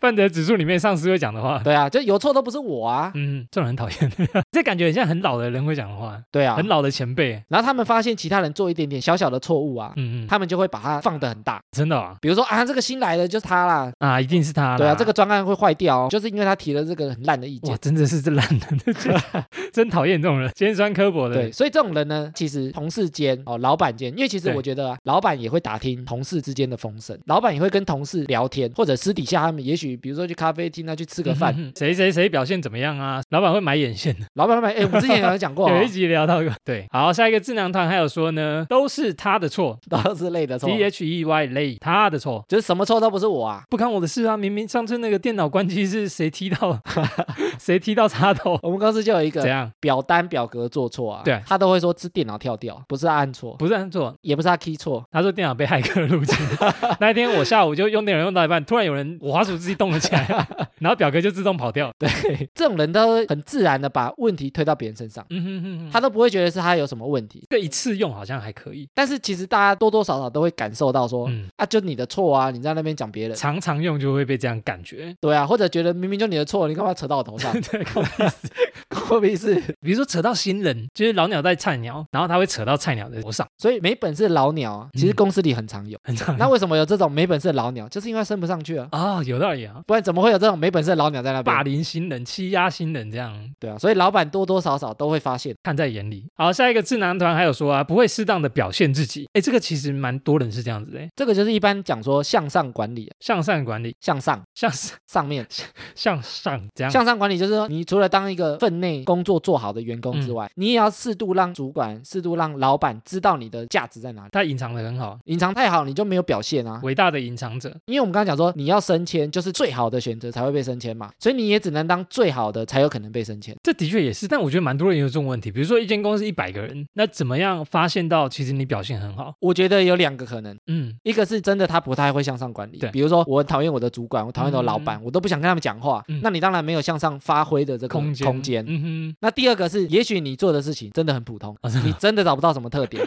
范德指数里面上司会讲的话。对啊，就有错都不是我啊，嗯，这种人很讨厌， 这感觉很像很老的人会讲的话，对啊很。老的前辈。然后他们发现其他人做一点点小小的错误啊，嗯嗯，他们就会把它放得很大，真的啊，比如说啊这个新来的就是他啦，啊，一定是他啦。对啊，这个专案会坏掉、哦，就是因为他提了这个很烂的意哇，见。真的是这烂人， 真讨厌这种人，尖酸刻薄的。对，，所以这种人呢，其实同事间哦，老板间，因为其实对我觉得、啊、老板也会打听同事之间的风声，老板也会跟同事聊天，或者私底下他们也许比如说去咖啡厅啊去这吃个饭，嗯谁谁谁表现怎么样啊？老板会买眼线的。老板老板，哎，我们之前有讲过、哦，有一集聊到过。对，好，下一个智囊团还有说呢，都是他的错都是累的错， ，T H E Y 累，他的错。就是什么错都不是我啊。不关我的事啊！明明上次那个电脑关机是谁踢 到，谁踢到插头，我们公司就有一怎个样？表单表格做错啊，对他都会说是电脑跳掉，不是他按错，不是按错，也不是他 key 错，他说电脑被骇客入侵。 那一天我下午就用电脑用到一半，突然有人我滑鼠自己动了起来，然后表格就自动跑掉。这种人都很自然的把问题推到别人身上，嗯哼哼哼，他都不会觉得是他有什么问题。这个一次用好像还可以，但是其实大家多多少少都会感受到说，嗯啊，就你的错啊，你在那边讲别人，常常用就会被这样感觉。对啊，或 者觉得明明就你的错，你干嘛扯到我头上？对，关我屁事 关我屁事。比如说扯到新人，就是老鸟带菜鸟，然后他会扯到菜鸟的头上，所以没本事的老鸟啊，其实嗯公司里很常有。很常那为什么有这种没本事的老鸟？就是因为升不上去啊，啊、有道理啊，不然怎么会有这种没本事的老鸟在那霸边？凌新人、欺压新人这样。对啊，所以老板多多少少都会发现。看在眼里。好，下一个智囊团还有说啊，不会适当的表现自己。哎，这个其实蛮多人是这样子的，诶这个就是一般讲说向上管理啊，向上管理，向上向上上面向上这样。向上管理就是说，你除了当一个分内工作做好的员工嗯之外，你也要适度让主管、适度让老板知道你的价值在哪里。他隐藏的很好，隐藏太好，你就没有表现啊。伟大的隐藏者。因为我们刚刚讲说，你要升迁就是最好的选择才会被升迁嘛，所以你也只能当最好的才有可能被升迁。这的确也是，但我觉得蛮多人有这种问题。比如说，一间公司一百个人，那怎么样发现到其实你表现很好？我觉得有两个可能，嗯，一个是真的他不太会向上管理对，比如说我很讨厌我的主管，我讨厌我的老板，我都不想跟他们讲话，嗯那你当然没有向上发挥的这个空间，空间嗯那第二个是，也许你做的事情真的很普通，啊真的你真的找不到什么 特点，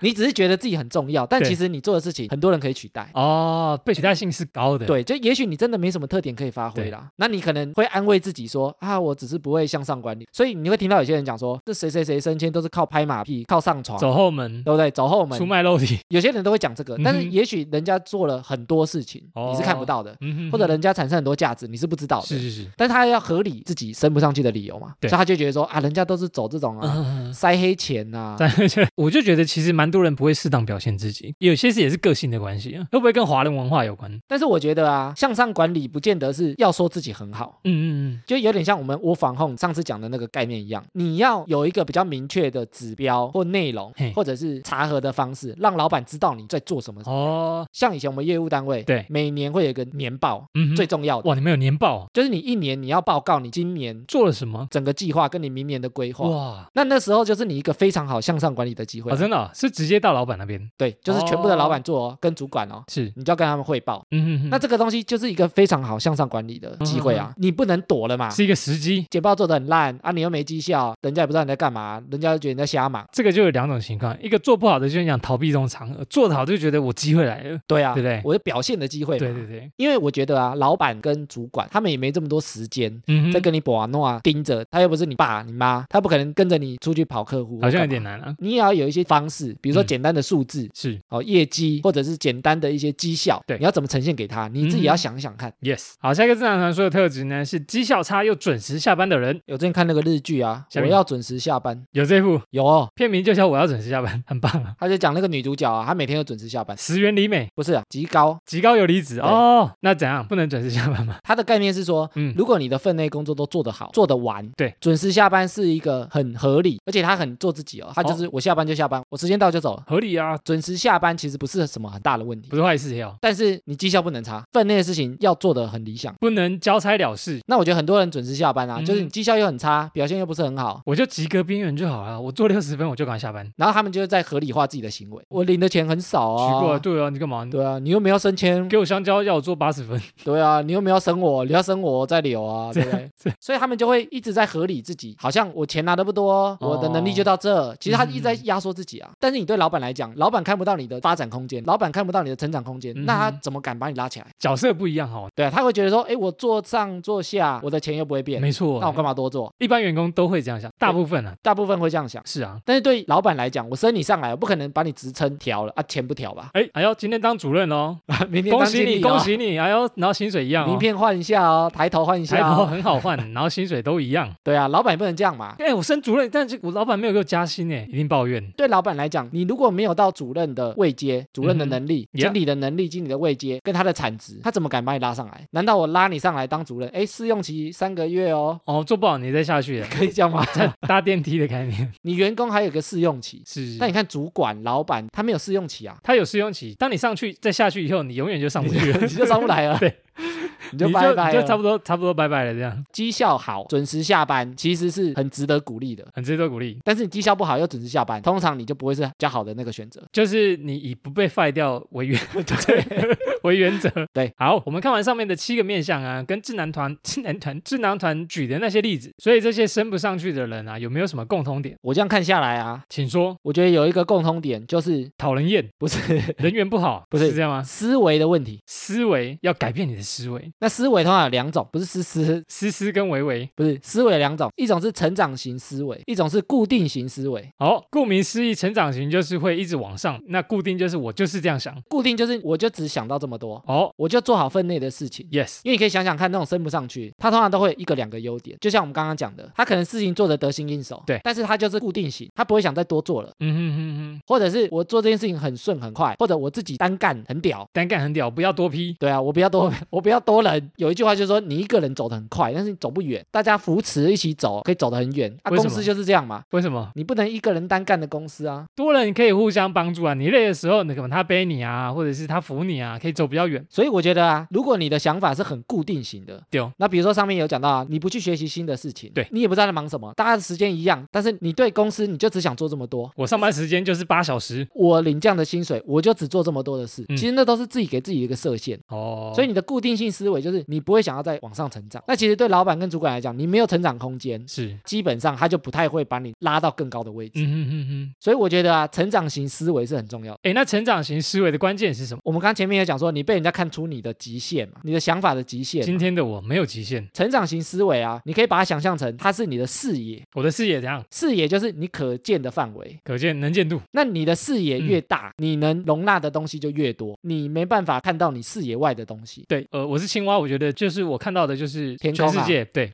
你只是觉得自己很重要，但对其实你做的事情很多人可以取代。哼，哦，被取代性是高的。，对，就也许你真的没什么特点可以发挥啦，那你可能会安慰自己说啊，我只是不会向上管理，所以你会听到有些人讲说，这谁谁谁升迁都是靠拍马屁、靠上床，走后门，对不对？走后出门，卖肉体，有些人都会讲这个嗯哼，但是也许人家做了很多事情，哦你是看不到的，嗯哼，或者人家产生很多价值，你是不知道是的。是是，但他要合理自己升不上去的理由嘛，对所以他就觉得说啊，人家都是走这种啊，嗯。塞黑钱啊呐、但而且我就觉得，其实蛮多人不会适当表现自己，有些是也是个性的关系啊，会不会跟华人文化有关？嗯但是我觉得啊，向上管理不见得是要说自己很好。嗯 嗯就有点像我们窝房 home 上次讲的那个概念一样，你要有一个比较明确的指标或内容嘿，或者是查核的方式，让老板知道你在做什么嗯，。哦，像以前我们业务单位，对每年会有一个年报，嗯哼最重要的哇，你们有年报、啊、就是你一年你要报告你今年做了什么？整个计划跟你明年的规划。哇，那那时候就是你一个非常好向上管理的机会啊，，真的啊、是直接到老板那边，对，就是全部的老板做哦，跟主管哦，是，你就要跟他们汇报。嗯哼哼，那这个东西就是一个非常好向上管理的机会啊，你不能躲了嘛。是一个时机。简报做的很烂啊，你又没绩效，人家也不知道你在干嘛，人家就觉得你在瞎忙。这个就有两种情况，一个做不好的就是想逃避这种场合，做得好就觉得我机会来了。对啊，对不对我有表现的机会嘛。对对对，因为我觉得啊，老板跟主管他们也没这么多时间。嗯在哼，跟你博阿诺啊盯着，他又不是你爸你妈，他不可能跟着你出去跑客户，好像有点。难啊。你也要有一些方式，比如说嗯简单的数字、是哦业绩，或者是简单的一些绩效，对你要怎么呈现给他，你自己嗯要想想看。 ，yes。好，下一个自然传说的特质呢是绩效差又准时下班的人，有之前看那个日剧啊，下我面要准时下班，有这部有哦，片名就叫我要准时下班， 很棒啊。他就讲那个女主角啊，她每天都准时下班，石原里美，不是啊，极高。极高游离子哦，那怎样不能准时下班 吗？她的概念是说，嗯如果你的分内工作都做得好，做得完，对，准时下班是一个很合理，而且她很做自己哦，她就是我下班就下班，我时间到就走了。合理啊，准时下班其实不是什么很大的问题不，是坏事也好，但是你绩效不能差，分内的事情要做得很理想。不能交差了事，那我觉得很多人准时下班啊，嗯就是你绩效又很差，表现又不是很好，我就及格边缘就好了。我做六十分我就赶快下班。然后他们就是在合理化自己的行为。我领的钱很少奇怪，啊，对啊，你干嘛？对啊，你又没有升迁，给我香蕉，要我做八十分，对啊，你又没有生我，你要生我再留啊， 这对样不对？所以他们就会一直在合理自己，好像我钱拿的不多，哦我的能力就哦到这。其实他一直在嗯压缩自己啊。但是你对老板来讲，老板看不到你的发展空间，老板看不到你的成长空间，嗯哼那他怎么敢把你拉起来？角色不一样哈。对啊，他会觉得说，哎，我做上做下，我的钱又不会变，没错，那我干嘛多做？一般员工都会这样想，大部分啊，大部分会这样想。是啊。但是对老板来讲，我升你上来，我不可能把你职称调了啊，钱不调 吧？哎，哎呦，今天当主任哦，明天恭当喜经你，理、哦恭！喜你，哎呦，然后薪水一样名哦，片换一下哦，抬头换一抬下、头哦。很好换，然后薪水都一样。对啊，老板也不能这样嘛。哎，我升主任，但是我老板没有给我加薪哎，一定抱怨。对老板来讲，你如果没有到主任的位阶、主任的能力、嗯哼经理的能力、经理的位阶跟他的产值，他怎么敢把你拉上来？难道我拉你上来当主任？哎，试用期三个月哦，哦，做不好你再下去 了，可以这样吗？搭电梯的概念你员工还有个试用期，是那。你看主管、老板他没有试用期啊， 他有试用期，当你上去再下去以后，你永远就上不去了，你就上不来了，对，你你就就拜拜你就差不了。多差不多拜拜了，这样绩效好，准时下班，其实是很值得鼓励的。很值得鼓励。但是你绩效不好又准时下班，通常你就不会是比较好的那个选择。就是你以不被 fire 掉为 原对 为原则。对，好，我们看完上面的七个面相啊，跟智囊团、智囊团、智囊团举的那些例子，所以这些升不上去的人啊，有没有什么共通点？我这样看下来啊，请说，我觉得有一个共通点就是讨人厌，不是 人缘不好，不是这样吗？思维的问题。思维要改变你的思维，那思维通常有两种，不是思思，思思跟维维。不是思维有两种，一种是成长型思维，一种是固定型思维。好，顾名思义，成长型就是会一直往上，那固定就是我就是这样想。固定就是我就只想到这么多，哦我就做好分内的事情。 ，yes，因为你可以想想看，那种升不上去，他通常都会有一个两个优点，就像我们刚刚讲的，他可能事情做得得心应手，对但是他就是固定型，他不会想再多做了，嗯哼哼哼，或者是我做这件事情很顺很快，或者我自己单干很屌。单干很屌，不要多批。对啊，我不要多， 我不要多人。有一句话就是说，你一个人走得很快，但是你走不远，大家扶持一起走，可以走得很远。啊，为什公么司就是这样嘛，为什么你不能一个人单干的公司啊。多人可以互相帮助啊？你累的时候，你可能他背你啊，或者是他扶你啊，可以走比较远。所以我觉得啊，如果你的想法是很固定型的，对哦那比如说上面有讲到啊，你不去学习新的事情，对你也不知道在忙什么，大家的时间一样，但是你对公司你就只想做这么多。我上班时间就是八小时我领这样的薪水，我就只做这么多的事。嗯其实那都是自己给自己一个设限，哦，所以你的固定性思维就是你不会想要再往上成长。那其实对老板跟主管来讲，你没有成长空间，是，基本上他就不太会把你拉到更高的位置。嗯哼哼哼。所以我觉得啊，成长型思维是很重要的。哎，那成长型思维的关键是什么？我们刚前面也讲说，你被人家看出你的极限嘛，你的想法的极限嘛。今天的我没有极限，成长型思维啊，你可以把它想象成它是你的视野，我的视野怎样？视野就是你可见的范围。可见能见度。那你的视野越大，你能容纳的东西就越多，你没办法看到你视野外的东西。对，呃，我是青蛙，我觉得就是我看到的就是天全空啊世界， 对，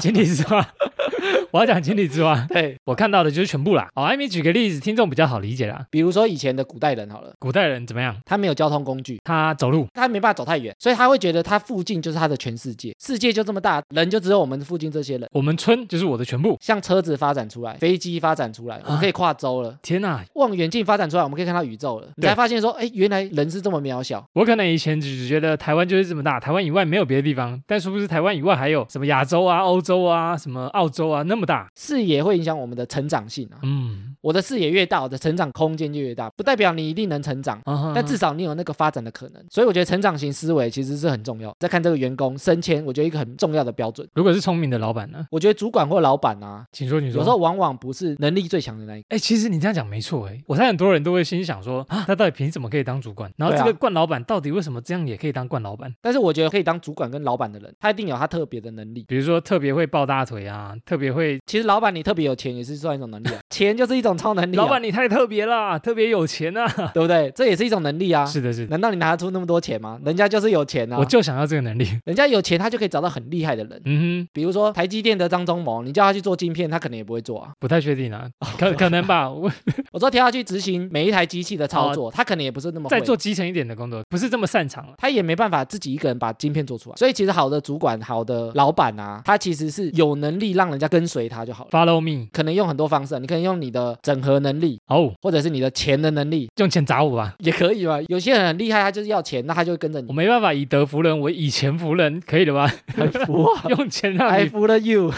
井底之蛙。 我要讲井底之蛙，对，我看到的就是全部啦。好、艾米举个例子，听众比较好理解啦。比如说以前的古代人好了，古代人怎么样？他没有交通工具，他走路，他没办法走太远，所以他会觉得他附近就是他的全世界，世界就这么大，人就只有我们附近这些人。我们村就是我的全部。像车子发展出来，飞机发展出来，我们可以跨州了。天啊哪、望远镜发展出来，我们可以看到宇宙了。你对才发现说，哎，原来人是这么渺小。我可能以前只觉得台湾就是这么大，台湾以外没有别的地方，但殊不知台湾以外还有什么亚洲啊、欧洲啊、什么澳洲啊那么大。视野会影响我们的成长性啊。嗯，我的视野越大，我的成长空间就越大，不代表你一定能成长。啊但至少你有那个发展的可能，所以我觉得成长型思维其实是很重要。再看这个员工升迁，我觉得一个很重要的标准。如果是聪明的老板呢？我觉得主管或老板啊，请说，你说。有时候往往不是能力最强的那一个。哎、其实你这样讲没错哎，我猜很多人都会心想说啊，他到底凭什么可以当主管？然后对啊这个冠老板到底为什么这样也可以当冠老板？但是我觉得可以当主管跟老板的人，他一定有他特别的能力。比如说特别会抱大腿啊，特别会，其实老板你特别有钱也是算一种能力啊， 钱就是一种超能力、啊，老板你太特别啦，特别有钱啊。对不对？这也是一种能力啊。是的，是的，难道你拿得出那么多钱吗？人家就是有钱啊我，就想要这个能力。人家有钱他就可以找到很厉害的人。嗯哼，比如说台积电的张忠谋，你叫他去做晶片，他可能也不会做啊。不太确定啊，可可能吧。 我我说调他去执行每一台机器的操作，他可能也不是那么会再哦做基层一点的工作，不是这么擅长了。他也没办法自己一个人把晶片做出来。所以其实好的主管、好的老板啊，他其实是有能力让人家跟随他就好了。 Follow me，可能用很多方式啊，你可能用你的整合能力，哦，或者是你的钱的能力，用钱砸我吧。也可以嘛。有些人很厉害，他就是要钱，那他就会跟着我你。没办法以德服人，我以钱服人，可以了 吧？很服 啊用钱让，I 你 fool you。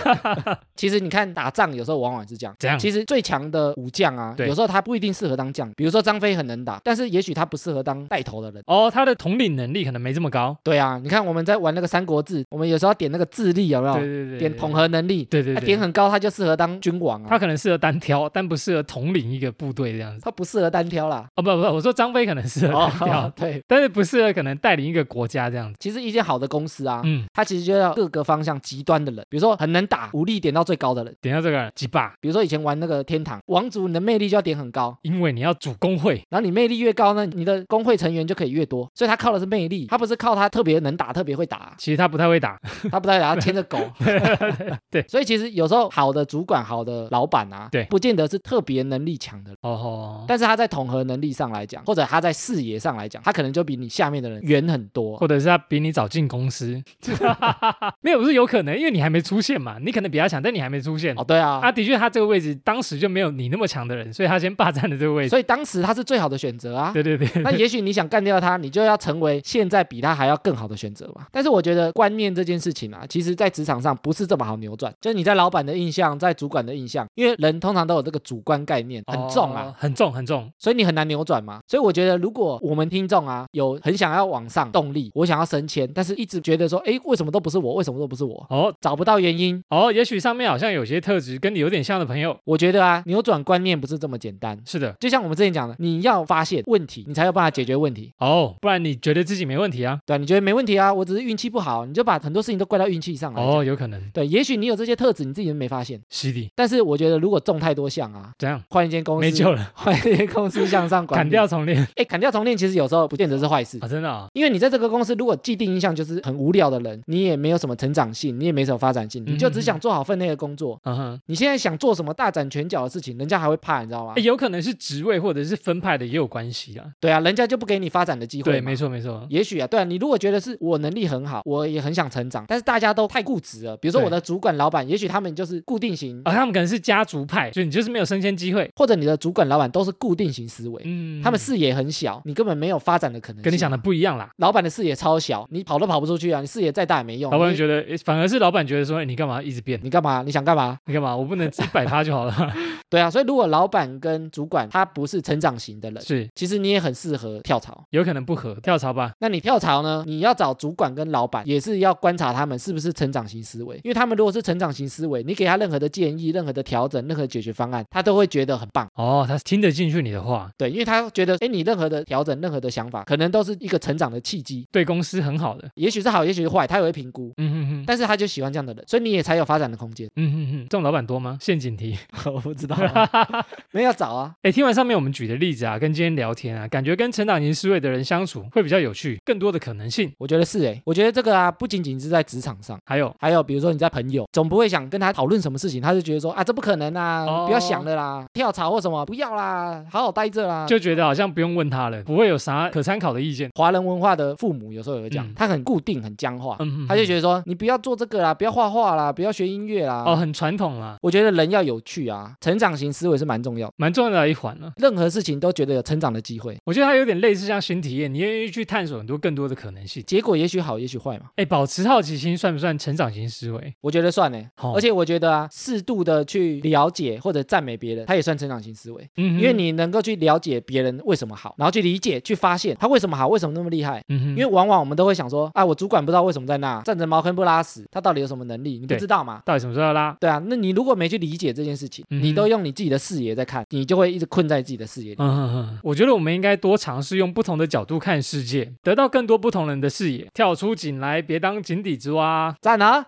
其实你看打仗有时候往往是这样。怎样？其实最强的武将啊，嗯对有时候他不一定适合当将，比如说张飞很能打，但是也许他不适合当带头的人。哦，他的统领能力可能没这么高。对啊，你看我们在玩那个《三国志》，我们有时候点那个智力有没有？对对对，点统合能力，对对哦他对，点很高，他就适合当君王啊，他可能适合单挑，但不适合统领一个部队这样子。他不适合单挑啦。哦，不不，我说张飞可能适合 哦单挑，对，但是不适合可能带领一个国家这样子。其实一间好的公司啊，嗯，它其实就要各个方向极端的人，比如说很能打，武力点到最高的人。点到这个几把，比如说以前玩那个天堂王族，你的魅力就要点很高，因为你要主工会，然后你魅力越高呢，你的工会成员就可以越多，所以他靠的是魅力，他不是靠他特别能打、特别会打啊、其实他不太会打。他不 代表他牵着狗。对 所以其实有时候好的主管、好的老板啊，对不见得是特别能力强的人，哦吼，但是他在统合能力上来讲，或者他在视野上来讲，他可能就比你下面的人远很多。或者是他比你早进公 司， 没有不是有可能，因为你还没出现嘛，你可能比他强，但你还没出现。哦，对啊。啊，的确，他这个位置当时就没有你那么强的人，所以他先霸占了这个位置。所以当时他是最好的选择啊。对对对，那也许你想干掉他，你就要成为现在比他还要更好的选择嘛。但是我觉得观念这件事情啊，其实在职场上不是这么好扭转。就是你在老板的印象，在主管的印象，因为人通常都有这个主观概念，很重啊。哦，很重很重。所以你很难扭转嘛。所以我觉得，如果我们听众啊有很想要往上动力，我想要升迁，但是一直觉得说，诶，为什么都不是我？为什么都不是我？哦找不到原因。哦，也许上面好像有些特质跟你有点像的朋友，我觉得啊，扭转观念不是这么简单。是的。就像我们之前讲的，你要发现问题，你才有办法解决问题。哦，不然你觉得自己没问题啊？对啊、你觉得没问题啊，我只是运气不好，你就把很多事情都怪到运气上来讲。哦，有可能对，也许你有这些特质，你自己都没发现。犀利，但是我觉得，如果中太多项啊，怎样？换一间公司，没救了，换一间公司向上管理砍掉。重练哎，砍掉重练其实有时候不见得是坏事啊，，真的啊，因为你在这个公司如果既定印象就是很无聊的人，你也没有什么成长性，你也没什么发展性，你就只想做好分内的工作。嗯哼，你现在想做什么大展拳脚的事情，人家还会怕，你知道吗诶？有可能是职位或者是分派的也有关系啊。对啊，人家就不给你发展的机会。对，没。错没错，也许啊，对啊，你如果觉得是我能力很好，我也很想成长，但是大家都太固执了。比如说对我的主管、老板，也许他们就是固定型，啊，他们可能是家族派，所以你就是没有升迁机会。或者你的主管、老板都是固定型思维，嗯，他们视野很小，你根本没有发展的可能性。跟你想的不一样啦。老板的视野超小，你跑都跑不出去啊！你视野再大也没用。老板你觉得，诶反而是老板觉得说，诶你干嘛一直变？你干嘛？你想干嘛？你干嘛？我不能一百趴就好了。 对啊，所以如果老板跟主管他不是成长型的人，是，其实你也很适合跳槽。有可能不合，跳槽吧。那你跳槽呢？你要找主管跟老板，也是要观察他们是不是成长型思维，因为他们如果是成长型思维，你给他任何的建议、任何的调整、任何解决方案，他都会觉得很棒。哦，他听得进去你的话，对，因为他觉得，哎，你任何的调整、任何的想法，可能都是一个成长的契机，对公司很好的。也许是好，也许是坏，他也会评估。嗯哼哼。但是他就喜欢这样的人，所以你也才有发展的空间。嗯哼哼，这种老板多吗？陷阱题。 我不知道、 没有找啊，哎，听完上面我们举的例子啊，跟今天聊天啊，感觉跟成长型思维的人相处会比较有趣，更多的可能性。我觉得是哎、我觉得这个啊，不仅仅是在职场上。还有，还有比如说你在朋友，总不会想跟他讨论什么事情，他就觉得说啊这不可能啊，哦不要想了啦，跳槽或什么不要啦，好好待着啦。就就觉得好像不用问他了，不会有啥可参考的意见。华人文化的父母有时候也会讲，嗯他很固定很僵化，嗯哼哼，他就觉得说你不要做这个啦，不要画画啦，不要学音乐啦。哦，很传统啦，我觉得人要有趣啊，成长型思维是蛮重要的，蛮重要的一环了。任何事情都觉得有成长的机会，我觉得它有点类似像新体验，你愿意去探索很多更多的可能性。结果也许好，也许坏嘛。哎，保持好奇心算不算成长型思维？哦我觉得算呢、欸好而且我觉得啊，适度的去了解或者赞美别人，他也算成长型思维。嗯哼，因为你能够去了解别人为什么好，然后去理解、去发现他为什么好，为什么那么厉害。嗯哼，因为往往我们都会想说，啊，我主管不知道为什么在那站着茅坑不拉屎，他到底有什么能力？你不对知道嘛？到底什么时候要拉？对啊，那你如果没去理解这件事情，嗯哼你都用你自己的视野在看，你就会一直困在自己的视野里。嗯哼哼，我觉得我们应该多尝试用不同的角度看世界，得到更多不同人的视野，跳出井来，别当井底之蛙。赞啊！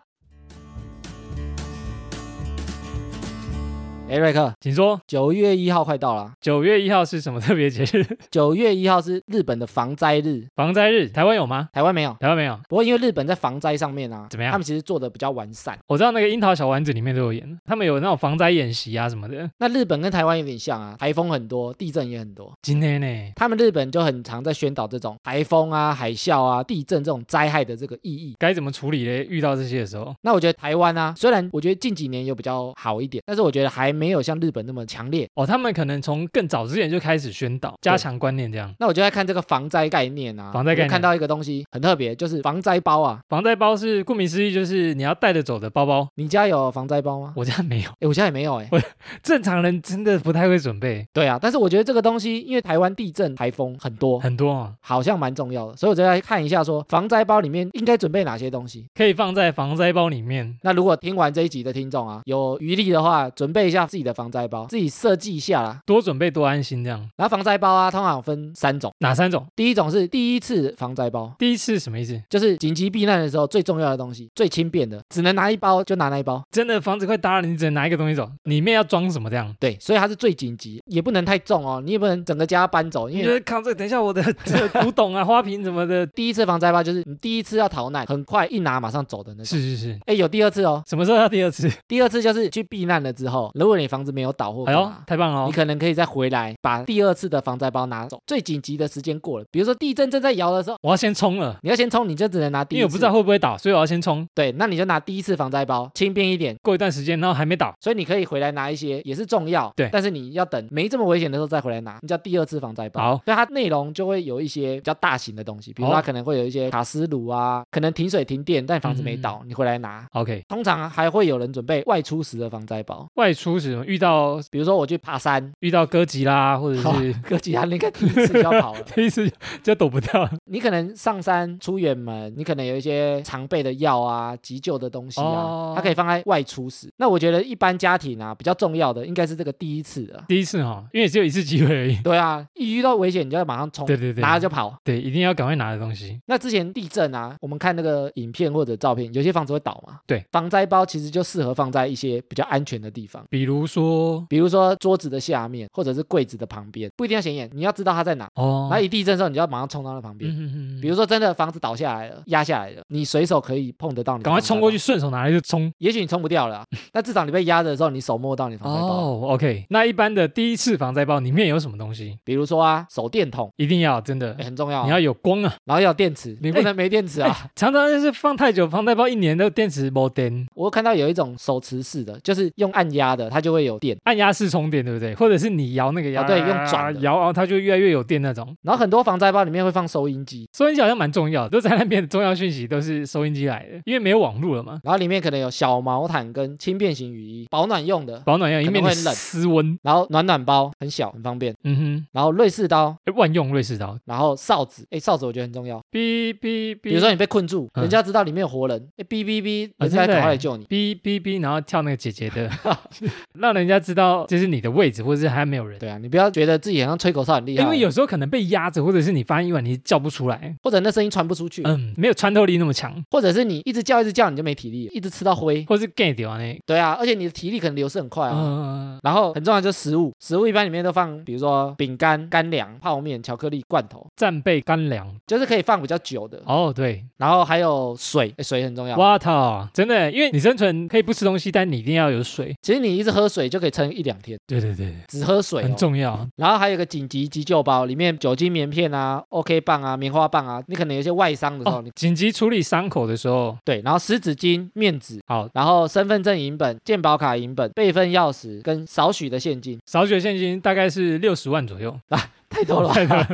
哎，瑞克，请说，九月一号快到了啊，九月一号是什么特别节日？ 九月一号是日本的防灾日，防灾日，台湾有吗？台湾没有。台湾没有。不过因为日本在防灾上面啊，怎么样他们其实做的比较完善。我知道那个《樱桃小丸子》里面都有演，他们有那种防灾演习啊什么的。那日本跟台湾有点像啊，台风很多，地震也很多。今天呢，他们日本就很常在宣导这种台风啊、海啸啊、地震这种灾害的这个意义。该怎么处理嘞？遇到这些的时候，那我觉得台湾啊，虽然我觉得近几年有比较好一点，但是我觉得还没有像日本那么强烈。哦，他们可能从更早之前就开始宣导，加强观念这样。那我就在看这个防灾概念啊，防灾概念我就看到一个东西很特别，就是防灾包啊。防灾包是顾名思义，就是你要带着走的包包。你家有防灾包吗？我家没有，哎，我家也没有哎、我正常人真的不太会准备，对啊，但是我觉得这个东西，因为台湾地震、台风很多，很多、哦、好像蛮重要的，所以我就来看一下说防灾包里面应该准备哪些东西。可以放在防灾包里面。那如果听完这一集的听众啊，有余力的话，准备一下自己的防灾包，自己设计一下啦。多准备多安心这样。然后防灾包啊，通常分三种，哪三种？第一种是第一次防灾包，第一次什么意思？就是紧急避难的时候最重要的东西，最轻便的，只能拿一包就拿那一包。真的房子快塌了，你只能拿一个东西走，里面要装什么这样？对，所以它是最紧急，也不能太重哦，你也不能整个家搬走，你因觉为得扛这个？等一下我的 这个古董啊、花瓶什么的。第一次防灾包就是你第一次要逃难，很快一拿马上走的那种。是是是，哎，有第二次哦，什么时候要第二次？第二次就是去避难了之后，如果你房子没有倒或哎干呦嘛，，太棒了啊你哦！可能可以再回来把第二次的防灾包拿走。最紧急的时间过了，比如说地震正在摇的时候，我要先冲了，你要先冲，你就只能拿第因一次。为我不知道会不会倒，所以我要先冲。对，那你就拿第一次防灾包，轻便一点。过一段时间，然后还没倒，所以你可以回来拿一些，也是重要，对但是你要等没这么危险的时候再回来拿，你叫第二次防灾包。好所以它内容就会有一些比较大型的东西，比如说它好可能会有一些卡斯炉啊，可能停水停电，但房子没嗯倒，你回来拿。 OK。通常还会有人准备外出时的防灾包，外出时指遇到比如说我去爬山， 遇到哥吉拉，或者好是。哥吉拉应该第一次就要跑了这一次 就躲不掉了。你可能上山出远门，你可能有一些常备的药啊、急救的东西啊，哦它可以放在外出时。那我觉得一般家庭啊，比较重要的应该是这个第一次的。第一次哈，因为只有一次机会而已。对啊，一遇到危险你就要马上冲，对对对哦拿了就跑。对，一定要赶快拿的东西。那之前地震啊，我们看那个影片或者照片，有些房子会倒嘛。对，防灾包其实就适合放在一些比较安全的地方，比如说，比如说桌子的下面，或者是柜子的旁边，不一定要显眼，你要知道它在哪。哦，然后一地震的时候，你就要马上冲到那旁边。嗯嗯嗯比如说，真的房子倒下来了，压下来了，你随手可以碰得到你，赶快冲过去，。顺手拿来就冲。也许你冲不掉了 啊、但至少你被压着的时候，你手摸到你防灾包。哦，OK，那一般的第一次防灾包里面有什么东西？比如说啊，手电筒一定要真的也、，很重要啊、你要有光啊！然后要有电池，你不哎能没电池啊。常常就是放太久，防灾包一年都电池没电，我看到有一种手持式的，就是用按压的，它就会有电。按压式充电，对不对？或者是你摇那个摇，哦对用转的摇，然后它就越来越有电那种。然后很多防灾包里面会放收音机，收音机好像蛮重要的，都在那边的重要讯息都是收音机来的，因为没有网络了嘛。然后里面可能有小毛毯跟轻便型雨衣，保暖用的，保暖要一可能面的会冷丝温，然后暖暖包很小很方便，嗯哼然后瑞士刀，诶，万用瑞士刀，然后哨子，哎，哨子我觉得很重要。哔哔哔，比如说你被困住，嗯人家知道里面有活人，哎，哔哔哔，啊人家真的赶欸快来救你。哔哔哔，然后跳那个姐姐的， 让人家知道这是你的位置，或者是还没有人。对啊，你不要觉得自己好像吹口哨很厉害，哦因为有时候可能被压着，或者是你发音晚，你叫不出来，或者那声音传不出去，嗯，没有穿透力那么强，或者是你一直叫一直叫你就没体力，一直吃到灰。或是 get 掉那个，对啊，而且你的体力可能流失很快啊。嗯，然后很重要就是食物，食物一般里面都放，比如说饼干、干粮、泡面、巧克力、罐头，战备干粮。就是可以放比较久的。哦，对，然后还有水，诶水很重要。哇操，真的，因为你生存可以不吃东西，但你一定要有水。其实你一直喝水就可以撑一两天，对对对，只喝水、很哦。重要。然后还有一个紧急急救包，里面酒精棉片啊、OK 棒啊、棉花棒啊，你可能有一些外伤的时候，哦你，紧急处理伤口的时候，对，然后湿纸巾、面纸。好，然后身份证影本、健保卡影本、备份钥匙跟少许的现金，少许的现金大概是六十万左 右。太多了吧。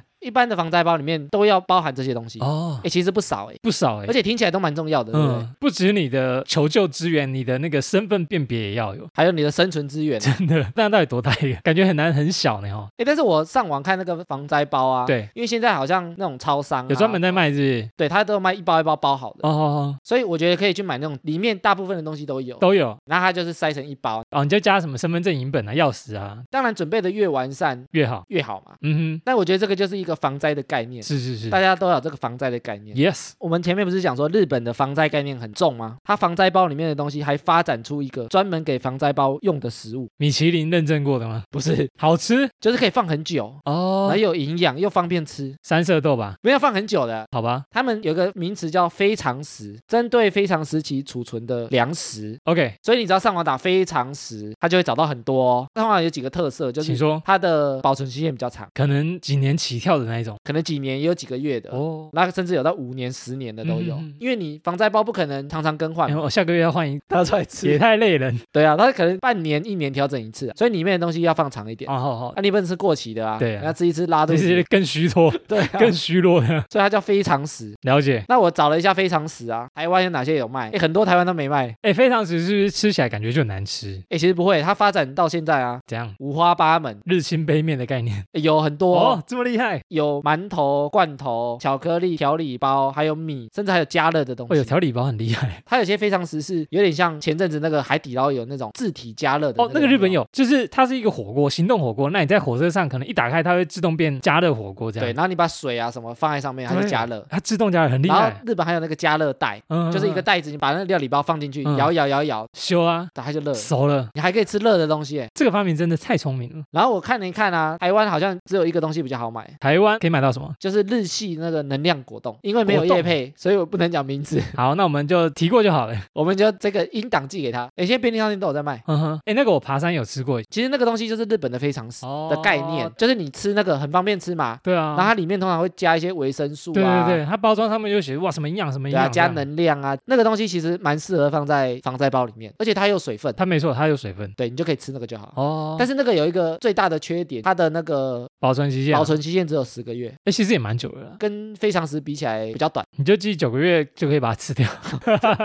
一般的防灾包里面都要包含这些东西，哎、哦，其实不少哎、不少哎、而且听起来都蛮重要的，对不对？嗯，不止你的求救资源，你的那个身份辨别也要有，还有你的生存资源。啊真的。 那到底多大一个？感觉很难很小呢哦。哎，但是我上网看那个防灾包啊，，对，因为现在好像那种超商、啊、有专门在卖是不是？对，它都有卖一包一包包好的，哦哦，哦所以我觉得可以去买那种里面大部分的东西都有，都有然后它就是塞成一包。哦，你就加什么身份证影本啊、钥匙啊当然，准备的越完善越好。越好嘛。嗯那我觉得这个就是一个防灾的概念哼，，是是是大家都有这个防灾的概念。 ，yes，我们前面不是讲说日本的防灾概念很重吗？它防灾包里面的东西还发展出一个专门给防灾包用的食物，米其林认证过的吗？不是，好吃就是可以放很久，然哦后，又有营养又方便吃，三色豆吧，没有放很久的，好吧他们有个名词叫非常时，针对非常时期储存的粮食， ，OK，所以你只要上网打非常时，它就会找到很多、哦。通常有几个特色，就请是说，它的保存期限比较长，可能几年起跳的那一种可能几年也有几个月的。哦。那甚至有到五年、十年的都有，嗯嗯嗯因为你防灾包不可能常常更换哎，，我下个月要换一，拿出来也。太累人。对啊，它可能半年、一年调整一次、啊所以里面的东西要放长一点。哦，好好那、，你不能吃过期的啊，对啊那吃一吃拉肚这是 子，更虚脱、对 啊，更虚弱的。所以它叫非常时。了解。那我找了一下非常时啊，台湾有哪些有卖？哎，很多台湾都没卖，哎，非常时是不是吃起来感觉就很难吃？哎、其实不会，它发展到现在啊，怎样？五花八门，日清杯面的概念诶有很多、哦，这么厉害！有馒头、罐头、巧克力、调理包，还有米，甚至还有加热的东哦，西。有调理包很厉害它有些非常时是有点像前阵子那个海底捞有那种自体加热的哦。那个日本有。有，就是它是一个火锅，行动火锅。那你在火车上可能一打开，它会自动变加热火锅这对，样。然后你把水啊什么放在上面，它就对加热。它自动加热很哎厉然后害。日本还有那个加热袋，嗯，就是一个嗯嗯袋子，你把那个料理包放进去，嗯摇一摇摇一摇，修啊，它就热了。熟了。你还可以吃热的东西、诶这个发明真的太聪明了。然后我看了一看啊，台湾好像只有一个东西比较好买，台湾可以买到什 么？就是日系那个能量果冻，因为没有果冻叶配，所以我不能讲名字。 好，那我们就提过就好了。我们就这个音档寄给他。诶，现在便利商店都有在卖。嗯哼，哎，那个我爬山有吃过其实那个东西就是日本的非常食哦的概念，。就是你吃那个很方便吃嘛，对啊，然后它里面通常会加一些维生素啊，对对对，它包装上面就写哇什么营养什么营对啊，养，加这样。能量啊，那个东西其实蛮适合放在防晒包里面，而且它有水分，它没错，它有水分。对你就可以吃那个就好。哦，但是那个有一个最大的缺点，它的那个保存期限啊保存期限只有有十个月，哎，其实也蛮久了啦，跟非常时比起来比较短，你就记九个月就可以把它吃掉，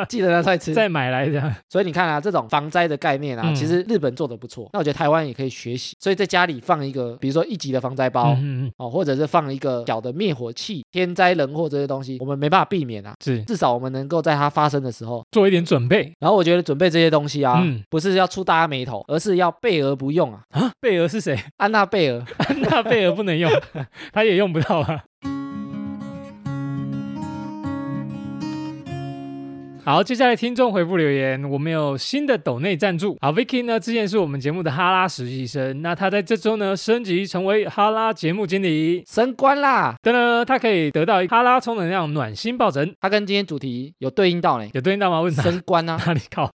记得拿出来吃。再买来这样。所以你看啊，这种防灾的概念啊，嗯其实日本做的不错，那我觉得台湾也可以学习。所以在家里放一个，比如说一级的防灾包。嗯嗯嗯，哦，或者是放一个小的灭火器，天灾人祸这些东西，我们没办法避免啊，是至少我们能够在它发生的时候，做一点准备然后我觉得准备这些东西啊，嗯不是要出大家眉头，而是要备而不用啊。啊。贝尔是谁？ 安娜贝尔，安娜贝尔不能用， 他也用不到啊。好，接下来听众回复留言，我们有新的抖内赞助。好，Vicky 呢，之前是我们节目的哈拉实习生，那他在这周呢升级成为哈拉节目经理。升官啦！噔噔，他可以得到哈拉充能量暖心抱枕，它跟今天主题有对应到呢，有对应到吗？问他升官啊。 哪里靠？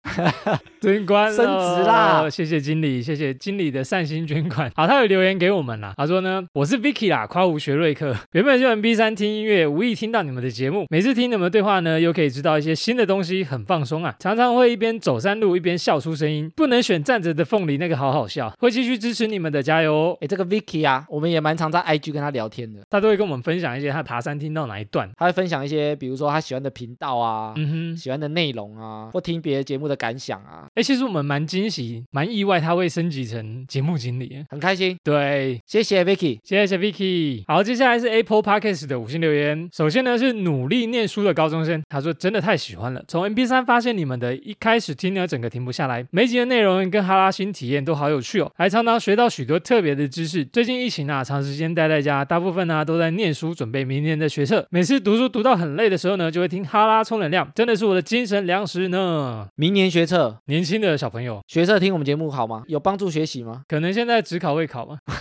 捐官哦升职啦谢谢经理，谢谢经理的善心捐款。 好，他有留言给我们啦，他说呢，我是 Vicky 啦，夸吴学瑞克， 原本就很 B 三听音乐，无意听到你们的节目，每次听你们的对话呢，又可以知道一些新的东西，很放松啊。常常会一边走山路一边笑出声音，不能选站着的凤梨那个好好笑，会继续支持你们的，加油哦！哎，这个 Vicky 啊，我们也蛮常在 IG 跟他聊天的，他都会跟我们分享一些他爬山听到哪一段。他会分享一些，比如说他喜欢的频道啊。嗯哼，喜欢的内容啊，或听别的节目的感想啊，哎，其实我们蛮惊喜、蛮意外，他会升级成节目经理。很开心。对，谢谢 Vicky，谢谢 Vicky。好，接下来是 Apple Podcast 的五星留言。首先呢是努力念书的高中生，他说真的太喜欢了，从 MP3 发现你们的，一开始听呢整个停不下来，每集的内容跟哈拉新体验都好有趣哦，还常常学到许多特别的知识。最近疫情啊，长时间待在家，大部分呢、都在念书，准备明年的学测。每次读书读到很累的时候呢，就会听哈拉充能量，真的是我的精神粮食呢。明年学测，年轻的小朋友，学测听我们节目好吗？有帮助学习吗？可能现在只考会考吧，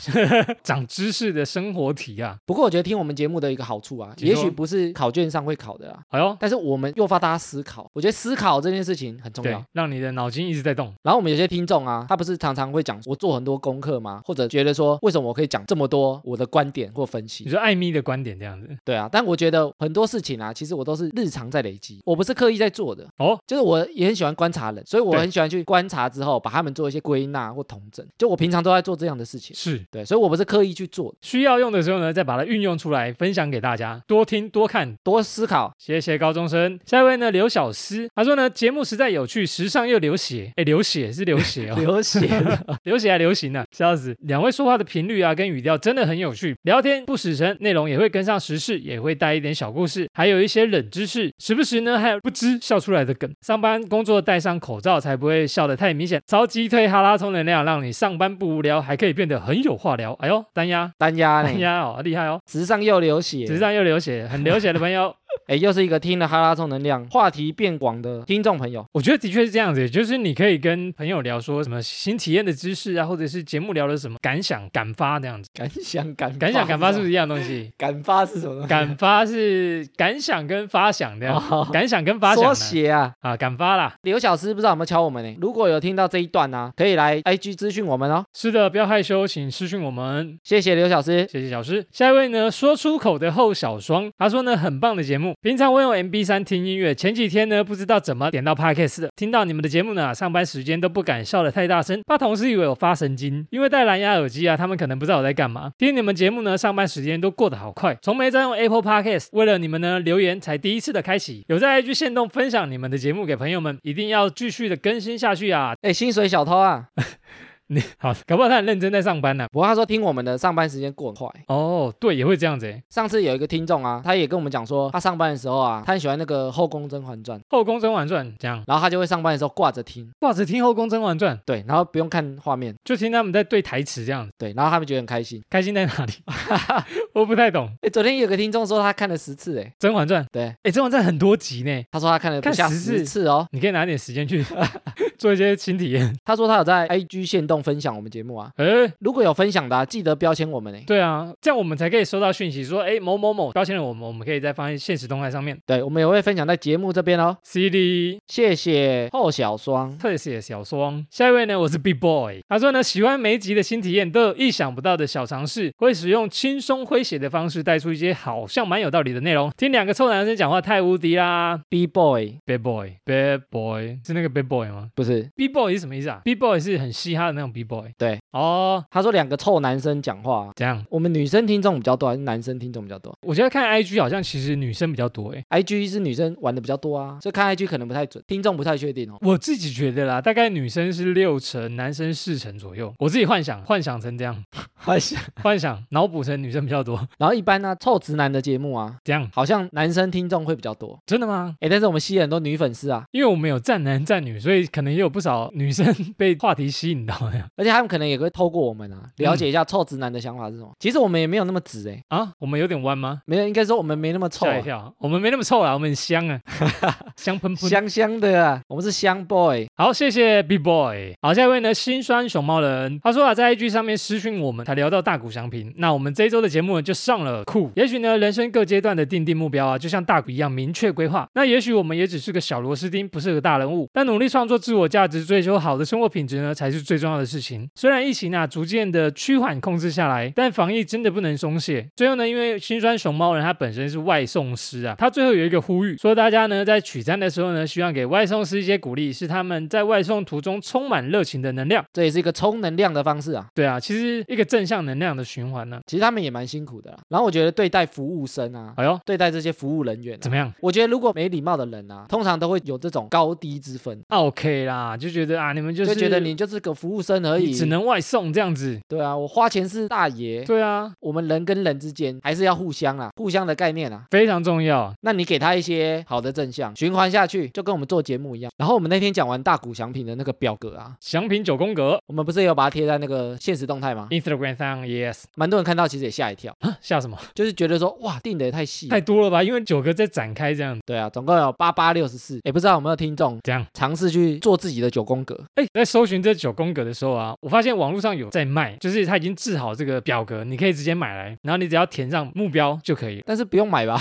长知识的生活题啊。不过我觉得听我们节目的一个好处啊，请也说许不是考卷上会考的啊，哎呦，但是我们诱发大家思考。我觉得思考这件事情很重对要。，让你的脑筋一直在动。然后我们有些听众啊，他不是常常会讲我做很多功课吗？或者觉得说为什么我可以讲这么多我的观点或分你析？说艾米的观点这样子，对啊，但我觉得很多事情啊，其实我都是日常在累积，我不是刻意在做的。哦，就是我也很喜欢观察人，所以我对很喜欢去观察之后，把他们做一些归纳或统整。就我平常都在做这样的事情，是对，所以我不是刻意去做的，需要用的时候呢，再把它运用出来，分享给大家，多听多看。多思考。谢谢高中生。下一位呢，刘小思，他说呢，节目实在有趣，时尚又流血，哎，流血是流血 哦，流血了，流血还流行呢、啊笑死。两位说话的频率啊，跟语调真的很有趣，聊天不死神，内容也会跟上时事，也会带一点小故事，还有一些冷知识，时不时呢还有不知笑出来的梗。上班工作戴上口罩才不会笑得太明显，超级推哈拉充能量，让你上班不无聊，还可以变得很有话聊。哎呦，单压单压单呢，压哦，厉害哦，直上又流血，直上又流血，很流血的朋友。 哎，又是一个听了哈拉充能量、话题变广的听众朋友。我觉得的确是这样子，就是你可以跟朋友聊说什么新体验的知识啊，或者是节目聊了什么感想、感发这样子。感想感感想、感发是不啊是是一样东西？感发是什么东西？感发是感想跟发想这样，哦感想跟发想缩呢写啊，啊，感发啦。刘小诗不知道有没有敲我们呢？如果有听到这一段呢、啊，可以来 IG 咨询我们哦。是的，不要害羞，请私讯我们。谢谢刘小诗，谢谢小诗。下一位呢，说出口的后小双，他说呢，很棒的节目。平常我用 MB 三听音乐，前几天呢，不知道怎么点到 Podcast 的，听到你们的节目呢，上班时间都不敢笑得太大声，怕同事以为我发神经。因为戴蓝牙耳机啊，他们可能不知道我在干嘛。听你们节目呢，上班时间都过得好快，从没在用 Apple Podcast，为了你们呢留言才第一次的开启，有在 IG 线动分享你们的节目给朋友们，一定要继续的更新下去啊！哎，薪水小偷啊，你好，搞不好他很认真在上班呢、不过他说听我们的上班时间过很快。哦，对，也会这样子诶。上次有一个听众啊，他也跟我们讲说，他上班的时候啊，他很喜欢那个《后宫甄嬛传》，后宫甄嬛传这样，然后他就会上班的时候挂着听，挂着听后宫甄嬛传，对，然后不用看画面，就听他们在对台词这样，对，然后他们觉得很开心。开心在哪里？ 我不太懂哎，昨天有个听众说他看了十次，哎，甄嬛传。对，哎，甄嬛传很多集呢，他说他看了不看下10十次次哦。你可以拿点时间去 做一些新体验。他说他有在 IG 线动分享我们节目啊，哎，如果有分享的、啊，记得标签我们哎。对啊，这样我们才可以收到讯息说，哎，某某某标签了我们，我们可以再放在现实动态上面。对，我们也会分享在节目这边哦。 CD 谢谢后小双，特写小双，下一位呢，我是 B Boy，他说呢，喜欢每一集的新体验，都有意想不到的小尝试，会使用轻松诙谐的方式带出一些好像蛮有道理的内容。听两个臭男生讲话太无敌啦，B boy ！Bad boy，Bad boy 是那个 Bad boy 吗不是。 ？B boy 是什么意思啊？B boy 是很嘻哈的那种 B boy。对，哦，他说两个臭男生讲话，啊这样我们女生听众比较多，还是男生听众比较多我觉得看 IG 好像其实女生比较多诶。欸？IG 是女生玩的比较多啊，所以看 IG 可能不太准，听众不太确定哦。我自己觉得啦，大概女生是六成，男生四成左右。我自己幻想，幻想成这样， 好像，幻想脑补成女生比较多， 然后一般呢、臭直男的节目啊，这样好像男生听众会比较多。真的吗？哎，但是我们吸引很多女粉丝啊，因为我们有站男站女，所以可能也有不少女生被话题吸引到呀。而且他们可能也会透过我们啊，了解一下臭直男的想法是什么。其实我们也没有那么直哎、啊，我们有点弯吗？没有，应该说我们没那么臭、吓一 啊，跳，我们没那么臭啦，我们很香 啊，香喷喷。香香的啊，我们是香 boy。好，谢谢 B Boy。好，下一位呢，心酸熊猫人，他说啊，在 IG 上面私讯我们，才聊到大谷翔平。那我们这一周的节目呢，就上了酷。也许呢，人生各阶段的定定目标啊，就像大谷一样明确规划。那也许我们也只是个小螺丝钉，不是个大人物。但努力创作自我价值，追求好的生活品质呢，才是最重要的事情。虽然疫情啊逐渐的趋缓控制下来，但防疫真的不能松懈。最后呢，因为心酸熊猫人他本身是外送师啊，他最后有一个呼吁，说大家呢在取餐的时候呢，希望给外送师一些鼓励，是他们在外送途中充满热情的能量。这也是一个充能量的方式啊。对啊，其实一个正向能量的循环呢、其实他们也蛮辛苦的啦。然后我觉得对待服务生啊，哎呦，对待这些服务人员、啊，怎么样我觉得如果没礼貌的人啊，通常都会有这种高低之分，啊？OK 啦，就觉得啊，你们就是就觉得你就是个服务生而已你。只能外送这样子。对啊，我花钱是大爷，对啊，我们人跟人之间还是要互相啊，互相的概念啊。非常重要。那你给他一些好的正向，循环下去，就跟我们做节目一样。然后我们那天讲完大谷翔平的那个表格啊，祥平九宫格我们不是也有把它贴在那个现实动态吗？ ，Instagram 上 Yes，蛮多人看到，其实也吓一跳，啊吓什么？就是觉得说哇，定的也太细了太多了吧？因为九个在展开这样子。对啊，总共有八八六十四，也不知道有没有听众这样尝试去做自己的九宫格。哎，在搜寻这九宫格的时候啊，我发现网络上有在卖，就是他已经制好这个表格，你可以直接买来，然后你只要填上目标就可以了。但是不用买 吧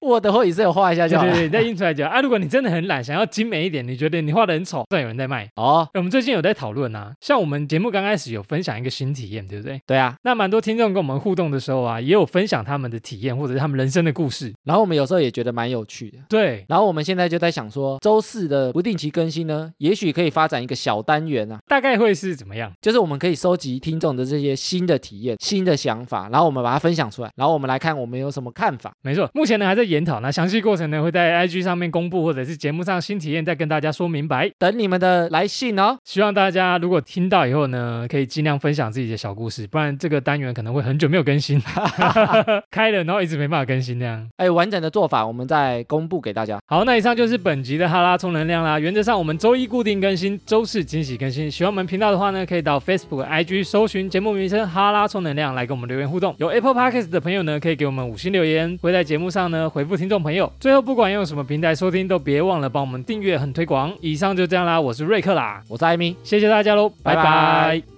，Word 或 Excel 画一下对就好对了。对，你再印出来就好啊。如果你真的很懒，想要精美一点，你觉得你画的很丑，但有人在卖。哦，哎我们最近有在讨论啊，像我们节目刚开始有分享一个新体验，对不对？对啊，那蛮多听众跟我们互动的时候啊，也有分享他们的体验或者是他们人生的故事。然后我们有时候也觉得蛮有趣的。对，然后我们现在就在想说，周四的不定期更新呢，也许可以发展一个小单元啊，大概会是怎么样？就是我们可以收集听众的这些新的体验、新的想法，然后我们把它分享出来，然后我们来看我们有什么看法。没错，目前呢还在研讨，那详细过程呢会在 IG 上面公布，或者是节目上新体验再跟大家说明白。等你们的来信哦。希望大家如果听到以后呢，可以尽量分享自己的小故事，不然这个单元可能会很久没有更新， 开了然后一直没办法更新那样。哎，完整的做法我们再公布给大家。好，那以上就是本集的哈拉充能量啦。原则上我们周一固定更新，周四惊喜更新。喜欢我们频道的话呢，可以到 Facebook、IG 搜寻节目名称“哈拉充能量”来跟我们留言互动。有 Apple Podcast 的朋友呢，可以给我们五星留言，会在节目上呢回复听众朋友。最后，不管用什么平台收听，都别忘了帮我们订阅和推广。以上就这样啦，我是瑞克啦，我是艾米，谢谢大家喽，拜拜拜拜